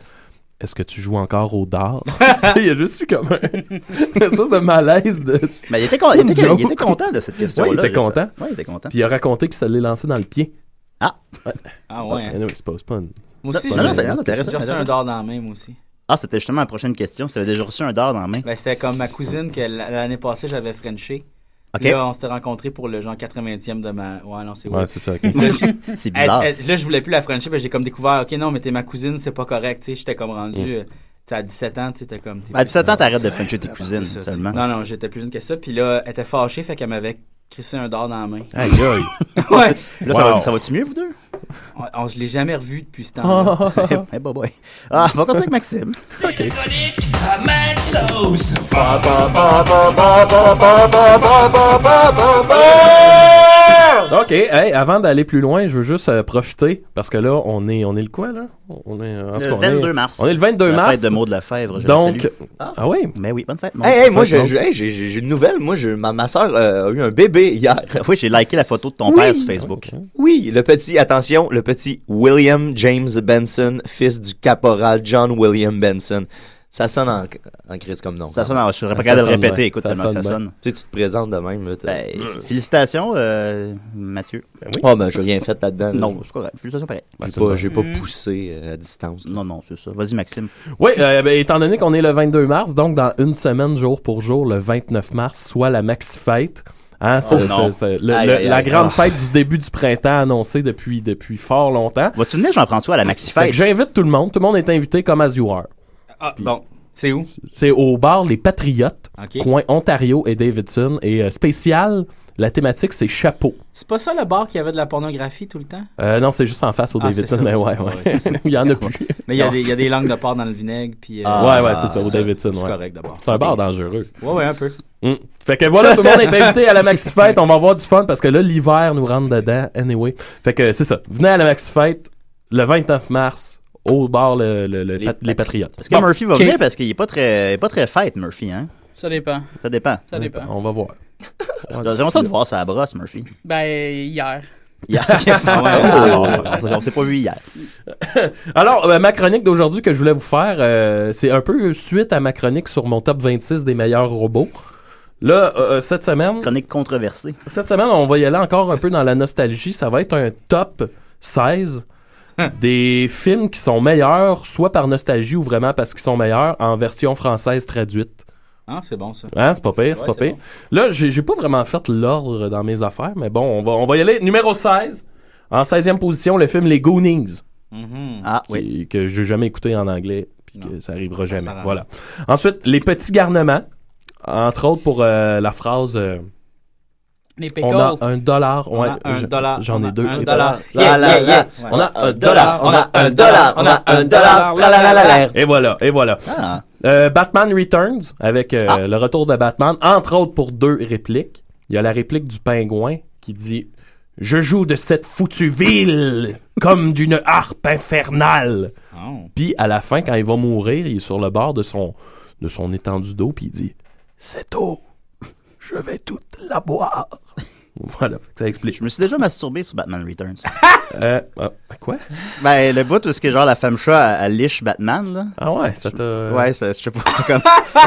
est-ce que tu joues encore au dard? Tu sais, il y a juste eu comme un, une espèce de malaise. De...
Mais il était con-
C'est une
il était- il
joke.
était content de cette question-là,
Ouais, il
je
était
sais.
content.
Ouais, il était content.
Puis il a raconté qu'il se l'est lancé dans le pied. Ben,
Ah!
Ah ouais, hein.
anyway, c'est pas, c'est pas une-
Moi aussi,
Non,
j'ai
non, c'est- non,
j'ai
t'intéresse-
déjà reçu un
t'intéresse.
dard dans la main, moi aussi.
Ah, c'était justement la prochaine question. Tu avais déjà reçu un dard dans la main.
Ben, c'était comme ma cousine que l- l'année passée, j'avais Frenché.
Ok.
Là, on s'était rencontrés pour le genre 80e de ma. Ouais, non, c'est
Ouais,
weird.
c'est ça, ok.
Là,
C'est bizarre.
elle- elle- là, je voulais plus la Frenchie, mais j'ai comme découvert, OK, non, mais t'es ma cousine, c'est pas correct. Tu sais, j'étais comme rendu.
Mm.
euh, tu sais, à 17 ans, tu sais, t'es comme. t'es
À 17 Ben, ans, t'arrêtes de
Ouais,
frencher tes
à partir
cousines
de ça, tu sais.
seulement.
Non, non, j'étais plus jeune que ça. Puis là, elle était fâchée, fait qu'elle m'avait crissé un dard dans la main.
Aïe, aïe.
ouais.
Là, ça va- ça va-tu mieux, vous deux?
On, on- je l'ai jamais revu depuis ce temps-là.
Ah, Eh, bye bye. Ah, on va continuer avec Maxime.
Ok, hey, avant d'aller plus loin, je veux juste euh, profiter parce que là, on est, on est le quoi là On est en tout
Le
cas, on
22
est-
mars.
On est le 22
La
mars.
fête de Maud Lefebvre, je la
Donc,
salue.
ah, oui.
Mais Ben oui, bonne fête. Maud.
Hey, hey, moi,
Bonne fête,
je-
Maud.
je- hey, j'ai j'ai- j'ai une nouvelle. Moi, je- ma, ma soeur a eu un bébé hier.
Oui, j'ai liké la photo de ton
Oui.
père sur Facebook.
Oui, le petit, attention, le petit William James Benson, fils du caporal John William Benson. Ça sonne en, en crise comme nom.
Ah, Ça sonne en- je serais pas capable de le répéter, écoute, tellement que ça sonne.
Tu sais, tu te présentes de même. là, t'as-
Ben, félicitations, euh, Mathieu.
Oh, ben, j'ai rien fait là-dedans. là.
Non, c'est pas grave. Félicitations pareil.
J'ai pas, j'ai pas
Mm.
poussé euh, à distance.
Non, non, c'est ça. Vas-y, Maxime.
Oui, euh, ben, étant donné qu'on est le 22 mars, donc dans une semaine, jour pour jour, le 29 mars, soit la Maxi Fête. Hein, c'est-
Oh non.
c'est- c'est- le-
Aïe,
le-
aïe,
la
aïe.
grande
Ah.
fête du début du printemps annoncée depuis, depuis fort longtemps.
Vas-tu venir, Jean-François, à la Maxi
Fait que
Fête?
J'invite tout le monde. Tout le monde est invité comme as you are.
Ah, bon, c'est où
C'est au bar Les Patriotes,
Ok.
coin Ontario et Davidson. Et euh, spécial, la thématique, c'est chapeau.
C'est pas ça le bar qui avait de la pornographie tout le temps
Euh, non, c'est juste en face au
Ah,
Davidson,
c'est ça,
mais
ok.
ouais,
Ouais,
ouais.
c'est ça.
Il y en a plus.
Mais il y, a des- il y a des langues de porc dans le vinaigre. Puis, euh,
Ah, ouais, ouais, c'est ça, au Davidson.
C'est
ouais.
correct d'abord.
C'est un bar dangereux.
Ouais, ouais, un peu.
Mm. Fait que voilà, tout le monde est invité à la Maxi Fête. On va avoir du fun parce que là, l'hiver nous rentre dedans. Anyway. Fait que c'est ça. Venez à la Maxi Fête le 29 mars au bar le, le- le- Pat- les, Patriotes.
Est-ce que
Bon.
Murphy va
Ok.
venir? Parce qu'il est pas très, il est pas très fête, Murphy, hein?
Ça dépend.
Ça dépend.
Ça dépend.
On va voir.
J'aimerais ça te voir sa brosse, Murphy.
Ben, hier.
Hier.
Ah
Oh, on s'est pas vu hier.
Alors, euh, ma chronique d'aujourd'hui que je voulais vous faire, euh, c'est un peu suite à ma chronique sur mon top 26 des meilleurs robots. Là, euh, euh, cette semaine.
Chronique controversée.
Cette semaine, on va y aller encore un peu dans la nostalgie. Ça va être un top 16 des films qui sont meilleurs, soit par nostalgie ou vraiment parce qu'ils sont meilleurs, en version française traduite.
Ah, c'est bon ça.
Hein, c'est pas pire, c'est
Ouais,
pas pire. Là, j'ai j'ai pas vraiment fait l'ordre dans mes affaires, mais bon, on va, on va y aller. Numéro 16. En 16e position, le film Les Goonies. Mm-hmm.
Mhm.
Ah,
oui. Que j'ai jamais écouté en anglais, puis que ça arrivera jamais.
sert à rien.
voilà. Ensuite, Les Petits Garnements. Entre autres pour euh, la phrase. euh,
Les
on a
pécoles.
un dollar.
On
ouais,
a un
je-
dollar.
J'en ai deux.
Un
Et
dollar.
voilà.
Yeah, yeah, yeah. Ouais.
On a un dollar. On a un dollar. On a un dollar.
Tralalalala.
Et voilà. Et voilà.
Ah.
Euh, Batman Returns avec euh, le retour de Batman, entre autres pour deux répliques. Il y a la réplique du pingouin qui dit Je joue de cette foutue ville comme d'une harpe infernale. Puis à la fin, quand il va mourir, il est sur le bord de son, de son étendue d'eau, puis il dit Cette eau, je vais toute la boire. Voilà, fait que ça explique.
Je me suis déjà masturbé sur Batman Returns.
euh, ah, quoi?
Ben, le bout où ce que genre la femme chat, elle, elle liche Batman, là.
Ah ouais, ça t'a.
Ouais, ça, je sais pas, c'est comme.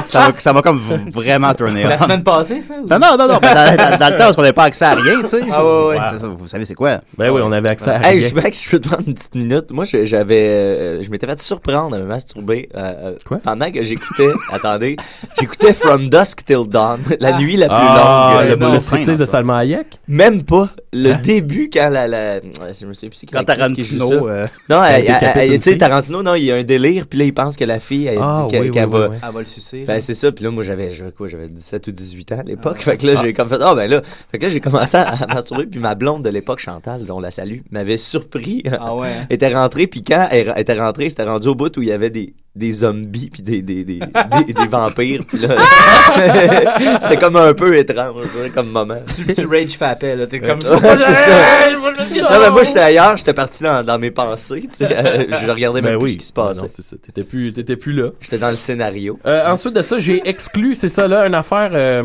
ça m'a- ça m'a comme v- vraiment tourné.
La
on.
semaine passée, ça, ou-
Non, non, non, non. ben, dans, dans- dans le temps, on se prenait pas accès à rien, tu sais.
Ah ouais, ouais.
C'est ça, vous savez, c'est quoi?
Ben oui, on avait accès à
Hey,
rien.
je sais pas si je peux te prendre une petite minute. Moi, je- j'avais, euh, je m'étais fait surprendre à me masturber euh, euh, pendant que j'écoutais. attendez, j'écoutais From Dusk Till Dawn, la nuit la plus
Ah,
longue.
le-
Euh,
le
non.
striptease de Hein? Salma Hayek?
Même pas. Le
Hein?
début quand la, la euh, je me souviens plus c'est qui
Quand
l'actrice qui joue
Tarantino,
ça.
euh,
non,
elle
elle- elle-
décapite
elle-
une
tu sais
fille.
Tarantino, non, il y a un délire, puis là il pense que la fille elle
Ah,
dit qu'elle
oui,
qu'elle
oui,
va,
oui, oui. Elle va le sucer, là.
Ben c'est ça, puis là moi j'avais j'avais quoi, j'avais 17 ou 18 ans à l'époque. Fait que là j'ai comme fait ah ben là, fait que là j'ai commencé à, à masturber puis ma blonde de l'époque Chantal, dont la salue, m'avait surpris.
Ah ouais.
était rentrée puis quand elle elle était rentrée, c'était rendu au bout où il y avait des des zombies puis des des, des, des, des vampires puis là c'était comme un peu étrange je dirais, comme moment
Tu, tu rage fappais, là. T'es comme
Ouais, c'est ça. Non, mais moi, j'étais
j'étais
ailleurs, j'étais parti dans, dans mes pensées, tu sais. Euh, je regardais même
Ben
plus
oui.
ce qui se passait.
Non, c'est ça. T'étais plus, t'étais plus là.
J'étais dans le scénario.
Euh, ensuite de ça, j'ai exclu, c'est ça là, une affaire. euh,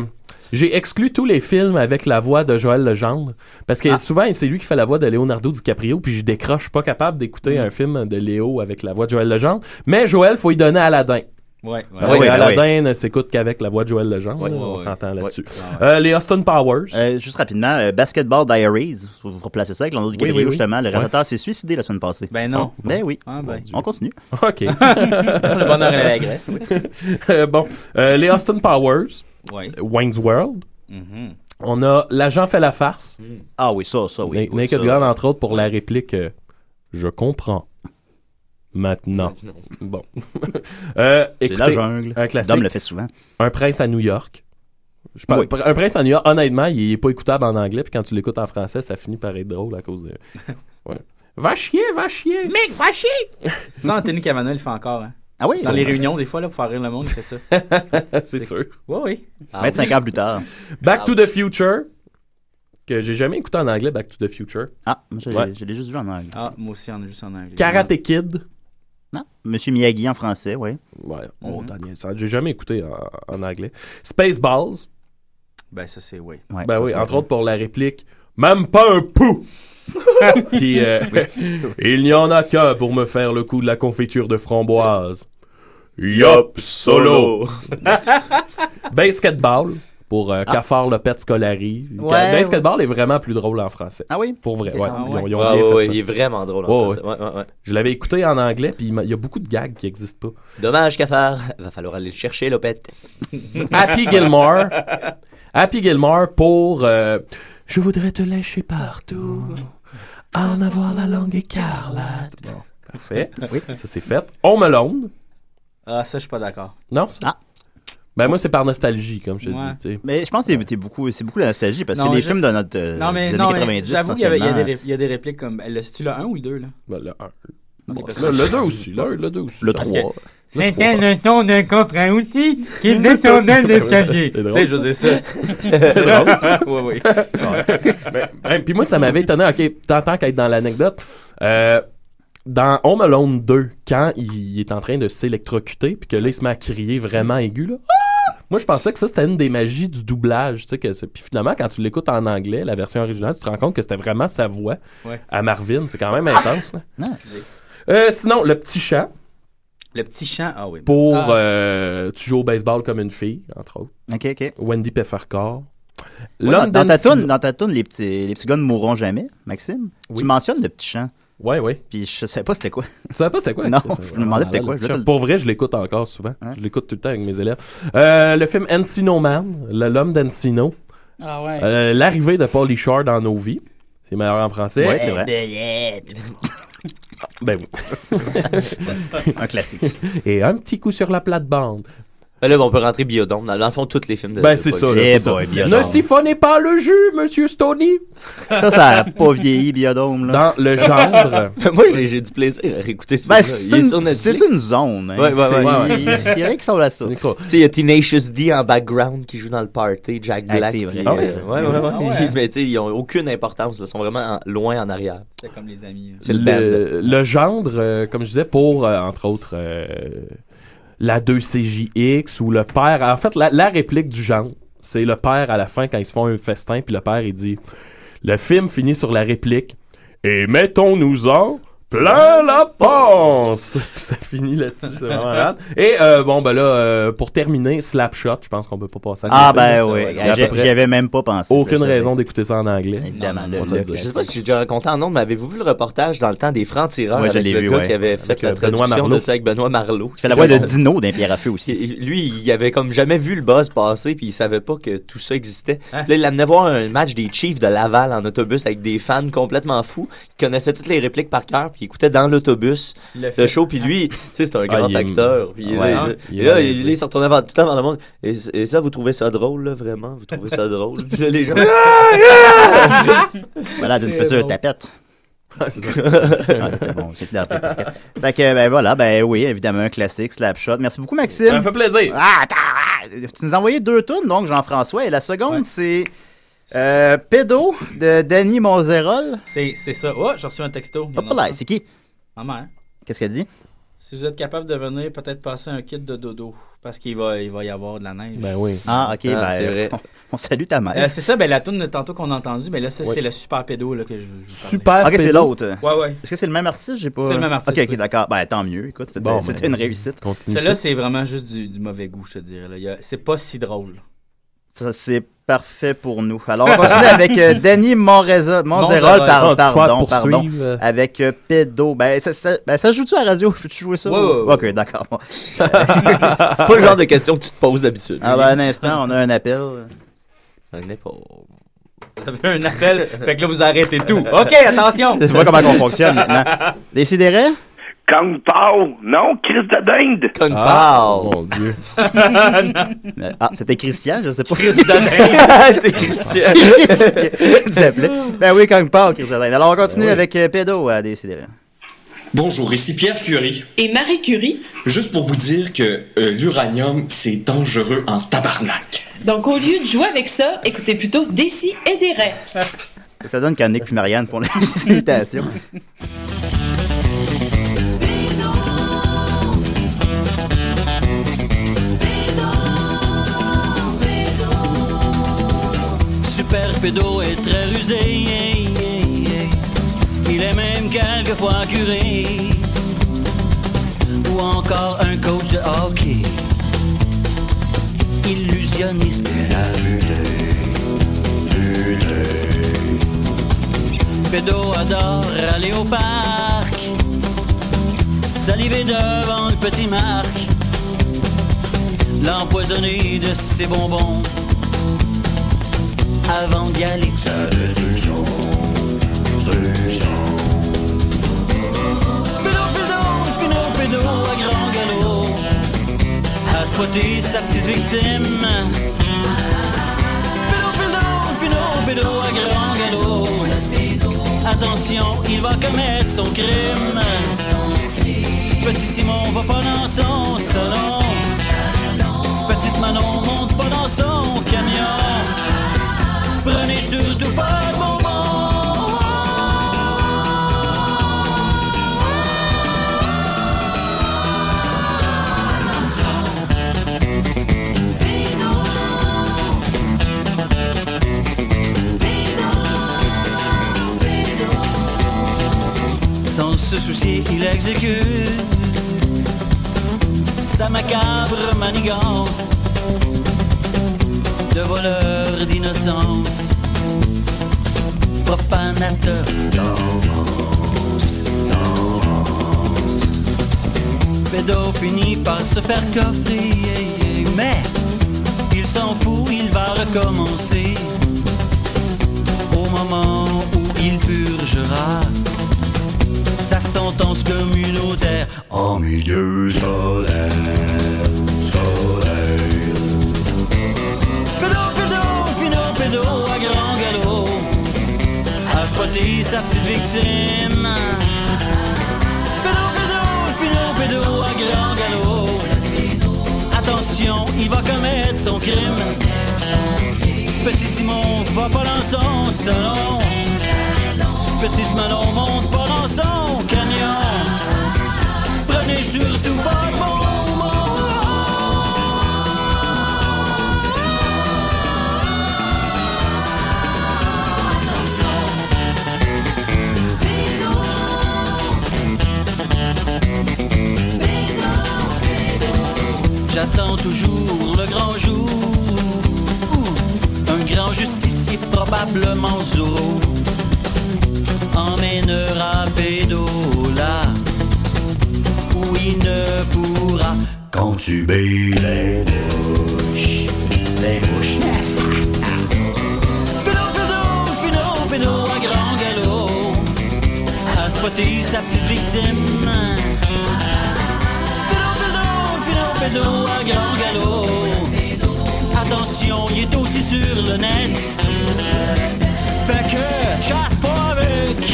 j'ai exclu tous les films avec la voix de Joël Legendre. Parce que souvent, c'est lui qui fait la voix de Leonardo DiCaprio, puis je décroche, je suis pas capable d'écouter un film de Léo avec la voix de Joël Legendre. Mais Joël, faut y donner Aladdin.
Ouais, ouais.
Parce
Oui,
que
ben
Aladdin ne s'écoute qu'avec la voix de Joël Legendre.
Ouais,
là,
ouais,
on
ouais.
s'entend là-dessus. Euh, les Austin Powers.
juste rapidement, euh, Basketball Diaries, vous vous replacez ça avec l'endroit du
Oui, oui, oui.
justement. Le
Ouais.
réalisateur s'est suicidé la semaine passée.
Ben non.
Ben oui.
ben.
On continue.
OK.
Le bonheur et la Grèce.
Euh, bon, euh, les Austin Powers.
Ouais.
Wayne's World.
Mhm.
On a L'agent fait la farce.
Mm-hmm. Ah oui, ça, ça, oui.
Na-
oui,
Naked
ça.
Gun, entre autres, pour la réplique euh, Je comprends. Maintenant. Bon. Euh,
C'est
écoutez,
la jungle.
Un classique.
Dom le fait souvent.
Un prince à New York. Je parle-
Oui.
pr- Un prince à New York, honnêtement, il est pas écoutable en anglais, puis quand tu l'écoutes en français, ça finit par être drôle à cause de. Ouais. Va chier, va chier.
Mec, va chier! Ça, Anthony Cavanaugh, il le fait encore. Hein.
Ah oui?
Dans les
Sûrement.
réunions, des fois, là, pour faire rire le monde, il fait ça.
C'est sûr.
Oui, oui.
25 Ah ans plus tard.
Back to the Future, que j'ai jamais écouté en anglais, Back to the Future.
Ah, moi, je,
Ouais.
je l'ai juste vu en anglais.
Ah, moi aussi, on est juste en anglais.
Karate Kid.
Monsieur Miyagi en français, oui.
Ouais, oh, Daniel, ça, j'ai jamais écouté en, en anglais. Spaceballs.
Ben, ça, c'est oui.
Ouais,
ben
ça,
oui,
ça,
entre autres pour la réplique Même pas un pou Puis euh, il n'y en a qu'un pour me faire le coup de la confiture de framboise. Yop solo Basketball pour euh, Cafard Lopet Scolari.
Ah. Ouais,
Basketball est vraiment plus drôle en français.
Ah oui?
Pour vrai,
Ok.
ouais.
Ah
Ils ont,
ouais.
ils ont bien
Ouais, ouais,
fait
ouais,
ça.
il est vraiment drôle
Ouais,
en français. Ouais, ouais, ouais.
Je l'avais écouté en anglais, puis il m'a- il y a beaucoup de gags qui n'existent pas.
Dommage, Cafard. Va falloir aller le chercher, Lopette.
Happy Gilmore. Happy Gilmore pour euh, Je voudrais te lécher partout, à en avoir la langue écarlate. Bon, parfait. Ça, c'est fait. On me l'onde.
Ah, ça, je suis pas d'accord.
Non, ça?
Ah.
Ben, moi, c'est par nostalgie, comme je te
Ouais.
dis. tu sais.
Mais je pense que c'est- c'est beaucoup, c'est beaucoup la nostalgie parce que
Non,
c'est des
je-
films de notre euh,
non, mais,
des
non,
années
mais
90.
j'avoue qu'il y, avait- il y a des
essentiellement.
ré- il y a des répliques comme. Le, c'est-tu le 1 ou le 2, là?
Ben, le 1.
Ok, parce que-
Le, 2 aussi. Le, 2 aussi.
Le
Ça,
3.
C'était
le son d'un coffre à outils qui descendait de l'escalier.
c'est drôle,
Tu sais, je veux dire ça.
C'est drôle, ça.
Oui, oui.
Ben, ben, puis moi, ça m'avait étonné. OK, t'entends qu'à être dans l'anecdote. Euh, dans Home Alone 2, quand il est en train de s'électrocuter, puis que là, il se met à crier vraiment aigu, là. Ah! Moi, je pensais que ça, c'était une des magies du doublage. tu sais, Que c'est- Puis finalement, quand tu l'écoutes en anglais, la version originale, tu te rends compte que c'était vraiment sa voix
Ouais.
à Marvin. C'est quand même intense. là.
Non.
Euh, sinon, le petit chat.
Le petit chant, ah oui.
Pour
Ah.
euh, Tu joues au baseball comme une fille, entre autres.
OK, OK.
Wendy Peffercore.
Ouais, dans, dans ta
d'Annecy-
toune, dans ta toune, les petits, les petits gars ne mourront jamais, Maxime. Tu mentionnes le petit chant.
Ouais, ouais.
Puis je sais pas c'était quoi.
Tu savais pas c'était quoi?
Non,
ça, ça,
je me demandais c'était
vraiment
quoi. Je
malade.
vais te le-
Pour vrai, je l'écoute encore souvent. Je l'écoute tout le temps avec mes élèves. Euh, le film Encino Man, le- l'homme d'Encino.
Ah ouais.
Euh, L'arrivée de Paulie Shore dans nos vies. C'est meilleur en français.
Ouais, c'est vrai.
Eh,
Ben oui.
Un classique.
Et un petit coup sur la plate-bande.
Ben là, ben, on peut rentrer Biodome. Dans, dans le fond, tous les films de
Ben
de
c'est
Paul
ça. là,
Giamatti.
Eh
c'est ça. Ne siphonnez pas le jus, monsieur Stoney.
Ça, ça a pas vieilli, Biodome. Là.
Dans le genre.
Moi, j'ai- j'ai du plaisir à réécouter ce
Ben,
film-là. Il est
c'est
sur
une,
Netflix.
c'est une zone. Hein.
Ouais, ouais,
C'est-
ouais.
Il il y a rien qui semble à ça.
Tu sais, il y a Tenacious D en background qui joue dans le party, Jack
Ah,
Black.
c'est vrai.
puis- Ah, ouais,
C'est
ouais,
vrai.
ouais,
Ah
ouais.
ouais.
Mais tu sais, ils ont aucune importance. là. Ils sont vraiment en- loin en arrière.
C'est comme les amis. hein.
C'est le band.
le, le genre, euh, comme je disais, pour, euh, entre autres, euh, la 2CJX ou le père. En fait, la, la réplique du genre, c'est le père à la fin quand ils se font un festin, puis le père, il dit Le film finit sur la réplique Et mettons-nous-en plein la panse Puis ça finit là-dessus, c'est vraiment malade. Et euh, bon, ben là, euh, pour terminer, Slapshot, je pense qu'on peut pas passer à
Ah,
côté,
ben
là, ça,
oui.
ouais. À peu
J'ai-
près
J'avais même pas pensé.
Aucune
ça, ça.
raison d'écouter ça en anglais.
Évidemment,
On
le-
va se le
le-
dire.
Je sais pas si j'ai déjà raconté en nombre, mais avez-vous vu le reportage dans le temps des francs-tireurs
Ouais, je
avec
l'ai
le
vu,
gars
ouais.
qui avait fait
Avec,
la
euh, Benoît
traduction de
Marleau.
ça avec Benoît Marleau?
Il fait la voix de Dino d'un Pierre à feu aussi.
Puis, lui, il avait comme jamais vu le buzz passer, puis il savait pas que tout ça existait.
Hein?
Là, il l'amenait voir un match des Chiefs de Laval en autobus avec des fans complètement fous. Il connaissait toutes les répliques par cœur, puis il écoutait dans l'autobus
le,
fait.
show. Puis lui, tu sais, c'est un
Ah,
grand
il est-
acteur. Puis il-
Ouais.
il-
Ah,
il-
il est
là,
malaisé.
il, il se retournait avant, tout le temps vers le monde. Et, et ça, vous trouvez ça drôle, là, vraiment? Vous trouvez ça drôle? Puis là, les gens...
Voilà, d'une
C'est
future
bon.
tapette.
Ouais,
ah,
c'est ça.
c'était bon, c'est clair, t'es pas clair. Fait que, ben voilà, ben oui, évidemment, un classique, Slapshot. Merci beaucoup, Maxime.
Ça me fait plaisir.
Ah, attends, ah, tu nous as envoyé deux tunes, donc, Jean-François, et la seconde, c'est euh, Pédo de Danny Monzerol.
C'est c'est ça. Oh, j'ai reçu un texto. Il y en a
Hop là,
un.
c'est qui?
Ma mère.
Qu'est-ce qu'elle dit?
Si vous êtes capable de venir, peut-être passer un kit de dodo. Parce qu'il va, il va y avoir de la neige.
Ben oui.
Ah, ok,
Ah, c'est
ben,
vrai.
on, on salue ta mère.
Euh, c'est ça, ben, la toune de tantôt qu'on a entendue, mais là, ça,
Oui.
c'est le super pédo là, que je, je vous parlais.
Ok, c'est l'autre.
Ouais, ouais.
Est-ce que c'est le même artiste? J'ai pas...
C'est le même artiste,
Ok, ok,
oui.
d'accord. Ben, tant mieux. Écoute, c'était
Bon,
c'était
ben,
une réussite.
Celle-là, c'est vraiment juste du, du mauvais goût, je te dirais. là. Il y a- C'est pas si drôle.
Ça, c'est parfait pour nous. Alors, on continue avec euh, Danny Monreza- Monzerol,
Monzerol.
par-
Ah, tu
pardon,
vas
pardon,
poursuivre.
avec euh, Pédo. Ben, ça, ça, ben, ça joue-tu à la radio? Peux-tu jouer ça?
Ouais,
ou-
ouais, ouais.
Ok, d'accord. Bon.
c'est pas le genre de question que tu te poses d'habitude.
Ah, ben, un instant, on a un appel.
Un épaule.
Vous avez un appel, fait que là, vous arrêtez tout. OK, attention!
tu vois comment on fonctionne maintenant. Décidérez?
Kung Pao! Non, Chris de Dinde!
Kung
Ah, Pao.
mon Dieu.
Euh, Ah, c'était Christian, je sais pas.
Chris Delaine.
c'est Christian. Il s'appelait. Ben oui, quand il parle, Christian. Delaine. Alors, on continue avec euh, Pédo à décider.
Bonjour, ici Pierre Curie.
Et Marie Curie,
Juste pour vous dire que euh, l'uranium, c'est dangereux en tabarnak.
donc au lieu de jouer avec ça, écoutez plutôt des si et des raies.
Ça donne qu'Annick et Marianne font les imitations.
Super pédo est très rusé. Il est même quelquefois curé. Ou encore un coach de hockey. Illusionniste à vue d'œil. Vue d'œil. Pédo adore aller au parc. Saliver devant le petit Marc. L'empoisonner de ses bonbons avant d'y aller. Sa destruction, destruction. Pédo, pédo, pédo, pédo, à grand galop, à spotter sa petite victime. Pédo, pédo, pédo, pédo, à grand galop, attention, il va commettre son crime. Petit Simon va pas dans son salon. Petite Manon monte pas dans son camion. Prenez surtout pas de bonbons. se soucier, il exécute sa macabre manigance de voleur d'innocence, profanateur d'enfance, Pédo finit par se faire coffrer, mais il s'en fout, il va recommencer au moment où il purgera sa sentence communautaire en milieu solaire. Soleil. Pédo, pédo, fino, pédo, à grand galop, à spotter sa petite victime. Pédo, pédo, fino, pédo, à grand galop, attention, il va commettre son crime. Petit Simon va pas dans son salon. Petite Manon monte pas dans son camion. Prenez surtout pas de mon J'attends toujours le grand jour. Un grand justicier, probablement Zorro, emmènera Pédo là où il ne pourra contuber les bouches. Les bouches. Pédo, pédo, pédo, pédo à grand galop, à spotter sa petite victime. Pédo, pédo, pédo, pédo à grand galop, attention, il est aussi sur le net. Fait que chatte pas avec,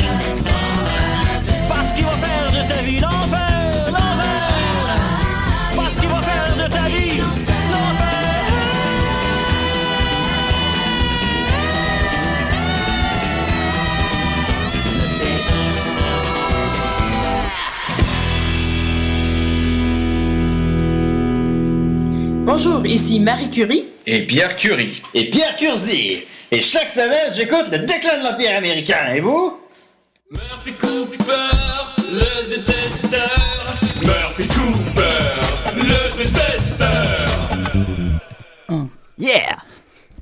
parce qu'il va faire de ta vie l'enfer, l'enfer, parce qu'il va faire de ta vie
Bonjour, ici Marie Curie.
Et Pierre Curie. Et Pierre Curzi. Et chaque semaine, j'écoute le déclin de l'Empire américain. Et vous?
Murphy Cooper, le détesteur. Murphy Cooper, le détesteur.
Yeah!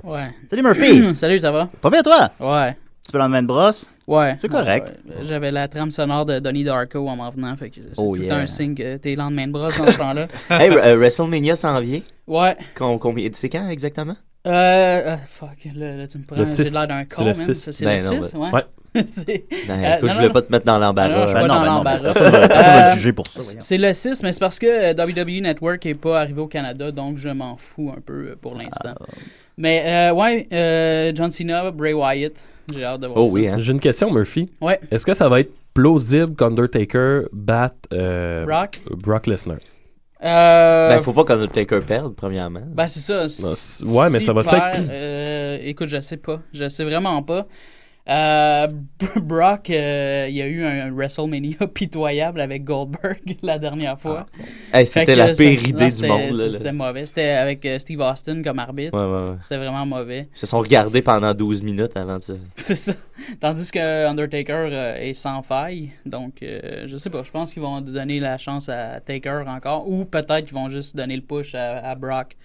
Ouais. Hmm.
Salut Murphy!
Salut, ça va?
Pas bien toi?
Ouais.
Tu peux l'enlever de brosse?
Ouais.
C'est correct.
Ouais, ouais. J'avais la trame sonore de Donnie Darko en m'en venant, fait que c'est
Oh,
tout le
yeah.
temps un signe que t'es lendemain de brosse dans ce temps-là.
Hey, euh, WrestleMania s'en vient.
Ouais.
Qu'on- qu'on- C'est quand exactement?
Euh, euh, fuck, là, là, tu me prends,
Le
j'ai
six.
l'air d'un
C'est
con,
le
man.
six.
Ça, c'est
Ben
le
non,
6,
ben-
ouais.
ouais.
C'est-
Ben,
Euh,
écoute,
non,
je
non,
voulais
non.
pas te mettre dans l'embarras.
Non, non, je suis pas
Ben non,
dans
ben non, ben
l'embarras.
personne va- personne va
Euh,
juger pour ça, voyons.
C'est le 6, mais c'est parce que euh, WWE Network n'est pas arrivé au Canada, donc je m'en fous un peu euh, pour l'instant.
Ah,
Mais euh, ouais, euh, John Cena, Bray Wyatt, j'ai hâte de voir
Oh
ça.
hein.
J'ai une question, Murphy.
Ouais.
Est-ce que ça va être plausible qu'Undertaker batte euh,
Brock?
Brock Lesnar?
Euh,
Ben, faut pas qu'Undertaker perde, premièrement.
Ben, c'est ça. Si-
Bah,
Ben, c'est- ouais, mais
si
ça va-tu
perd,
être-
euh, écoute, je sais pas. Je sais vraiment pas. Euh, Brock, euh, il y a eu un WrestleMania pitoyable avec Goldberg la dernière fois.
Ah, Hey, c'était
Fait que
la
ça-
pire idée du
c'était-
monde, là, là.
C'était mauvais. C'était avec euh, Steve Austin comme arbitre.
Ouais, ouais, ouais.
C'était vraiment mauvais.
Ils se sont regardés pendant 12 minutes avant de se-
C'est ça. Tandis que Undertaker euh, est sans faille. Donc, euh, je sais pas. Je pense qu'ils vont donner la chance à Taker encore. Ou peut-être qu'ils vont juste donner le push à, à Brock.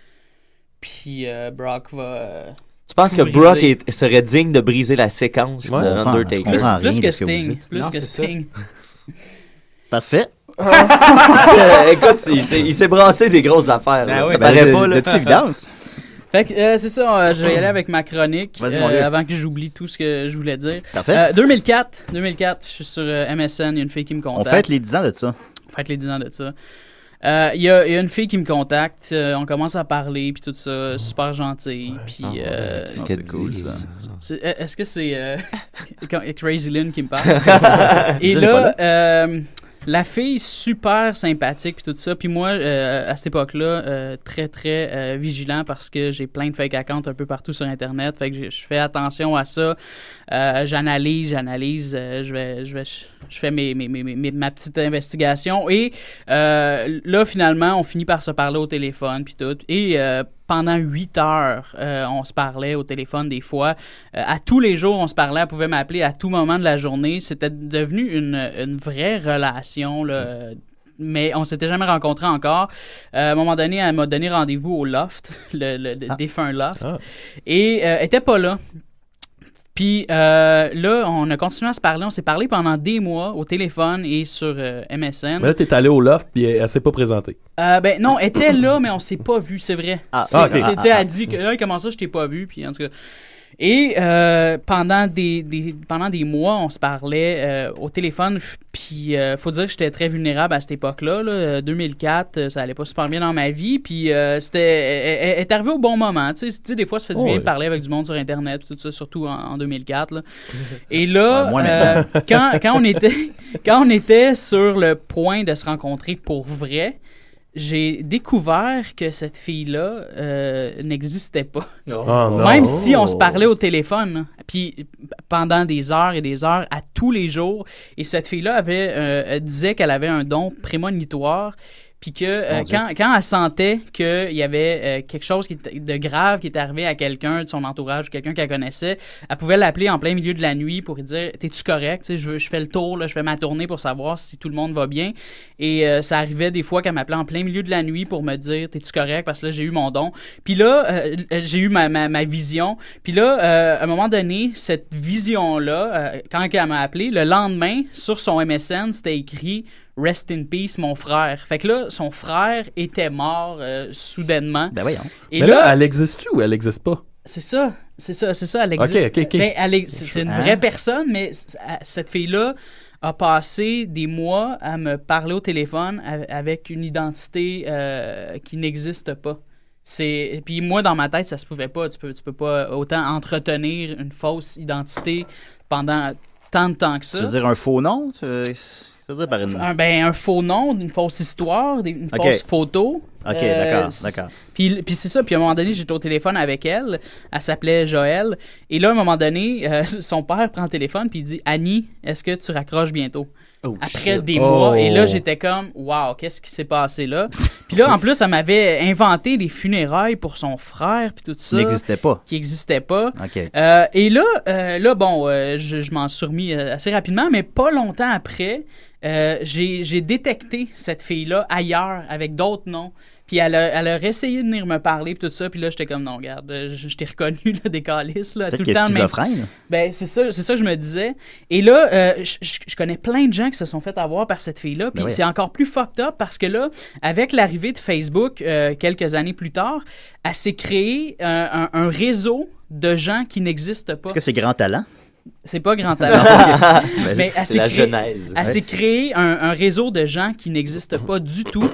Puis euh, Brock va. euh,
Tu penses que
briser.
Brock est- serait digne de briser la séquence
Ouais,
de
on comprend-
Undertaker?
on comprend
Plus que Sting. Plus
Non,
que
c'est ça.
Sting.
Parfait.
Euh, Écoute, il s'est- il s'est brassé des grosses affaires.
Ben
là. ça paraît pas, là.
Ben De toute évidence.
Fait que euh, c'est ça, euh, je vais y aller avec ma chronique
Hum. Vas-y,
euh,
mon vieux.
avant que j'oublie tout ce que je voulais dire.
Parfait.
Euh, 2004, 2004, je suis sur euh, MSN, il y a une fille qui me
On
contacte.
fête les 10 ans de ça.
Faites les 10 ans de ça. Euh, Il y, a il y a une fille qui me contacte, euh, on commence à parler, puis tout ça, super gentille.
Ah,
Puis, euh,
qu'est-ce qu'elle dit, ça?
c'est- euh, Est-ce que c'est euh, quand- Crazy Lynn qui me parle? Et
Elle est pas
là,
là.
euh, la fille super sympathique, puis tout ça. Puis moi, euh, à cette époque-là, euh, très, très euh, vigilant parce que j'ai plein de fake accounts un peu partout sur Internet. Fait que je- je fais attention à ça. Euh, j'analyse, j'analyse. euh, je vais, je vais, je fais mes, mes, mes- mes- ma petite investigation. Et euh, là, finalement, on finit par se parler au téléphone, puis tout. Et euh, pendant huit heures, euh, on se parlait au téléphone des fois. Euh, à tous les jours, on se parlait. Elle pouvait m'appeler à tout moment de la journée. C'était devenu une, une vraie relation, là, euh, mais on s'était jamais rencontrés encore. Euh, à un moment donné, elle m'a donné rendez-vous au loft, le, le-
Ah.
le défunt loft, et euh, elle était pas là. Puis euh, là, on a continué à se parler. On s'est parlé pendant des mois au téléphone et sur euh, MSN.
Mais là, t'es allé au loft, puis elle, elle s'est pas présentée.
Euh, ben non, elle était là, mais on s'est pas vu, c'est vrai.
Ah,
c'est,
ah, ok.
c'est-
Ah,
tu sais,
ah,
elle dit que hey, comment ça, je t'ai pas vu, puis en tout cas. Et euh, pendant des, des- pendant des mois, on se parlait euh, au téléphone, puis euh, faut dire que j'étais très vulnérable à cette époque-là, là, euh, 2004, euh, ça allait pas super bien dans ma vie, puis euh, c'était elle- elle- elle est arrivée au bon moment, tu sais, tu sais, des fois ça fait du
Oh,
bien
oui.
de parler avec du monde sur internet, tout ça, surtout en, en 2004. là. Et là,
Ouais, moi,
euh,
maintenant.
quand, quand on était quand on était sur le point de se rencontrer pour vrai, j'ai découvert que cette fille-là euh, n'existait pas.
Ah, non.
Même si on se parlait au téléphone, hein. puis pendant des heures et des heures, à tous les jours, et cette fille-là avait, euh, elle disait qu'elle avait un don prémonitoire, puis que euh,
Mon Dieu.
quand, quand elle sentait qu'il y avait euh, quelque chose qui était- de grave qui était arrivé à quelqu'un de son entourage ou quelqu'un qu'elle connaissait, elle pouvait l'appeler en plein milieu de la nuit pour lui dire T'es-tu correct Tu sais, je, veux- je fais le tour, là, je fais ma tournée pour savoir si tout le monde va bien. Et euh, ça arrivait des fois qu'elle m'appelait en plein milieu de la nuit pour me dire T'es-tu correct Parce que là, j'ai eu mon don. Puis là, euh, euh, j'ai eu ma, ma, ma vision. Puis là, euh, à un moment donné, cette vision-là, euh, quand elle m'a appelé, le lendemain, sur son MSN, c'était écrit Rest in peace, mon frère. Fait que là, son frère était mort euh, soudainement.
Ben
Et
mais là, elle existe-tu ou elle existe pas?
c'est ça, c'est ça, c'est ça. Elle existe.
Ok, ok, ok.
Ben, elle ex- c'est- c'est une
Hein?
Ah.
vraie personne, mais c- à- cette fille-là a passé des mois à me parler au téléphone a- avec une identité euh, qui n'existe pas. C'est puis moi dans ma tête ça se pouvait pas. Tu peux, tu peux pas autant entretenir une fausse identité pendant tant de temps que ça.
Tu veux dire un faux nom? Tu veux, tu veux dire par une...
Un, ben, un faux nom, une fausse histoire, des- une
Ok.
fausse photo. Euh,
Ok, d'accord,
c-
d'accord.
Puis, puis c'est ça. Puis à un moment donné, j'étais au téléphone avec elle. Elle s'appelait Joël. Et là, à un moment donné, euh, son père prend le téléphone puis il dit Annie, est-ce que tu raccroches bientôt
Oh,
Après
shit.
des mois. Et là,
Oh.
j'étais comme Waouh, qu'est-ce qui s'est passé là Puis là, en plus, elle m'avait inventé des funérailles pour son frère puis tout ça.
Qui n'existait pas.
Qui n'existait pas.
OK.
Euh, et là, euh, là bon, euh, je, je m'en suis remis euh, assez rapidement, mais pas longtemps après, euh, j'ai j'ai détecté cette fille-là ailleurs, avec d'autres noms. Puis elle a, elle a réessayé de venir me parler, puis tout ça. Puis là, j'étais comme, non, regarde, euh, je, je t'ai reconnu, là, des calices, là,
Peut-être
tout le
qu'elle est
temps. le même-
schizophrène.
Ben, c'est ça, c'est ça que je me disais. Et là, euh, je- je je connais plein de gens qui se sont fait avoir par cette fille-là. Puis
Ben oui.
c'est encore plus fucked up parce que là, avec l'arrivée de Facebook, euh, quelques années plus tard, elle s'est créée euh, un, un réseau de gens qui n'existent pas.
Est-ce que c'est grand talent?
C'est pas grand talent.
Non, ok.
Mais elle s'est
La
créée-
genèse.
Elle s'est
Ouais.
créée un, un réseau de gens qui n'existent pas du tout.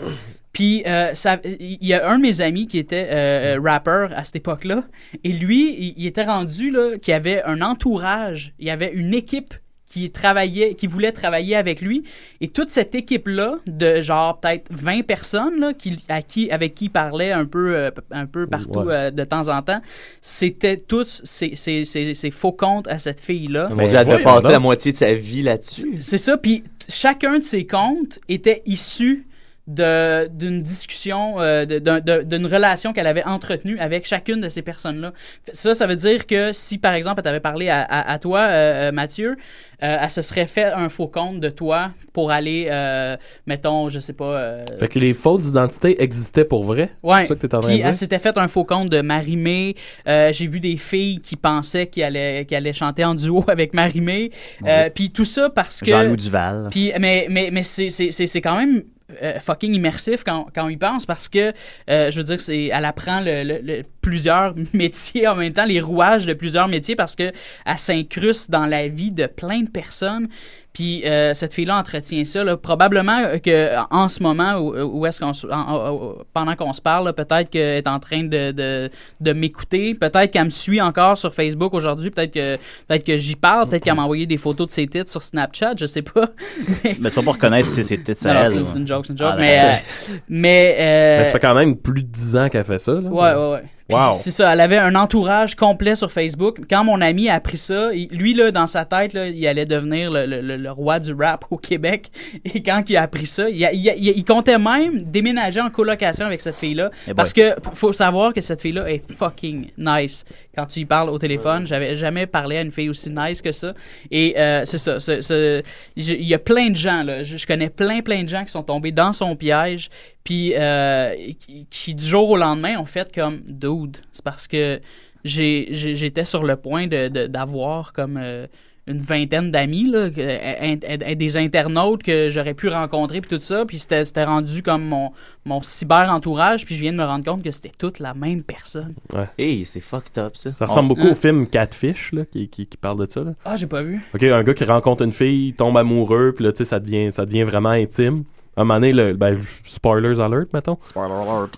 Puis, euh, ça- il y a un de mes amis qui était euh, euh, rappeur à cette époque-là. Et lui, il, il était rendu là, qu'il avait un entourage, il y avait une équipe qui travaillait, qui voulait travailler avec lui. Et toute cette équipe-là, de genre peut-être 20 personnes, là, qui, à qui, avec qui il parlait un peu, euh, un peu partout
Ouais.
euh, de temps en temps, c'était tous ces, ces- ces- ces faux comptes à cette fille-là.
Mon Dieu, elle doit passer la moitié de sa vie là-dessus.
C'est ça. Puis t- chacun de ces comptes était issu de- d'une discussion, euh, de- d'un- de- d'une relation qu'elle avait entretenue avec chacune de ces personnes-là. Fait- Ça, ça veut dire que si, par exemple, elle t'avait parlé à, à- à toi, euh, euh, Mathieu, euh, elle se serait fait un faux compte de toi pour aller, euh, mettons, je sais pas... euh,
Fait que les fausses identités existaient pour vrai?
Ouais.
C'est ça que t'es en train
Puis
de dire?
elle s'était fait un faux compte de Marimé. Euh, J'ai vu des filles qui pensaient qu'elle allait, qu'elle allait chanter en duo avec Marimé. Euh, Puis tout ça parce que.
Jean-Louis Duval.
Puis, mais mais, mais c'est- c'est c'est- c'est quand même euh, fucking immersif quand, quand on y pense parce que, euh, je veux dire, c'est elle apprend le, le- le- plusieurs métiers en même temps, les rouages de plusieurs métiers parce que elle s'incruste dans la vie de plein de personnes. Puis euh, cette fille-là entretient ça. là. Probablement que euh, en ce moment, où, où est-ce qu'on, se- en- en- en- pendant qu'on se parle, là, peut-être qu'elle est en train de, de, de m'écouter. Peut-être qu'elle me suit encore sur Facebook aujourd'hui. Peut-être que, peut-être que j'y parle. Peut-être qu'elle m'a envoyé des photos de ses titres sur Snapchat. Je sais pas.
Mais tu vas pas reconnaître si c'était de
Non,
sa
non,
elle,
c'est-
ou-
c'est une joke, c'est une joke.
Ah,
mais,
d'accord.
euh, mais, euh,
ben, Mais ça fait quand même plus de 10 ans qu'elle fait ça. Là.
Ouais, ouais, ouais. Puis
Wow.
C'est ça, elle avait un entourage complet sur Facebook. Quand mon ami a appris ça, il- lui, là, dans sa tête, là, il allait devenir le, le- le- le roi du rap au Québec. Et quand il a appris ça, il, a- il a- il a- il comptait même déménager en colocation avec cette fille-là.
Eh boy.
parce que faut savoir que cette fille-là est fucking nice. Quand tu y parles au téléphone, j'avais jamais parlé à une fille aussi nice que ça. Et euh, c'est ça. ce- ce- j'ai- Il y a plein de gens, là. Je, je connais plein, plein de gens qui sont tombés dans son piège. Puis euh, qui, qui, du jour au lendemain, ont fait comme dude. C'est parce que j'ai- j'ai- j'étais sur le point de- de- d'avoir comme. euh, une vingtaine d'amis, là, que- euh, in- in- des internautes que j'aurais pu rencontrer, puis tout ça. Puis c'était c'était rendu comme mon, mon cyber-entourage, puis je viens de me rendre compte que c'était toute la même personne.
Ouais.
Hey, c'est fucked up, ça.
Ça ressemble
On-
beaucoup
Hein?
au film Catfish là, qui, qui, qui parle de ça. là.
Ah, j'ai pas vu.
OK, un gars qui rencontre une fille, il tombe amoureux, puis là, tu sais, ça devient, ça devient vraiment intime. À un moment donné, le, ben, spoilers alert, mettons.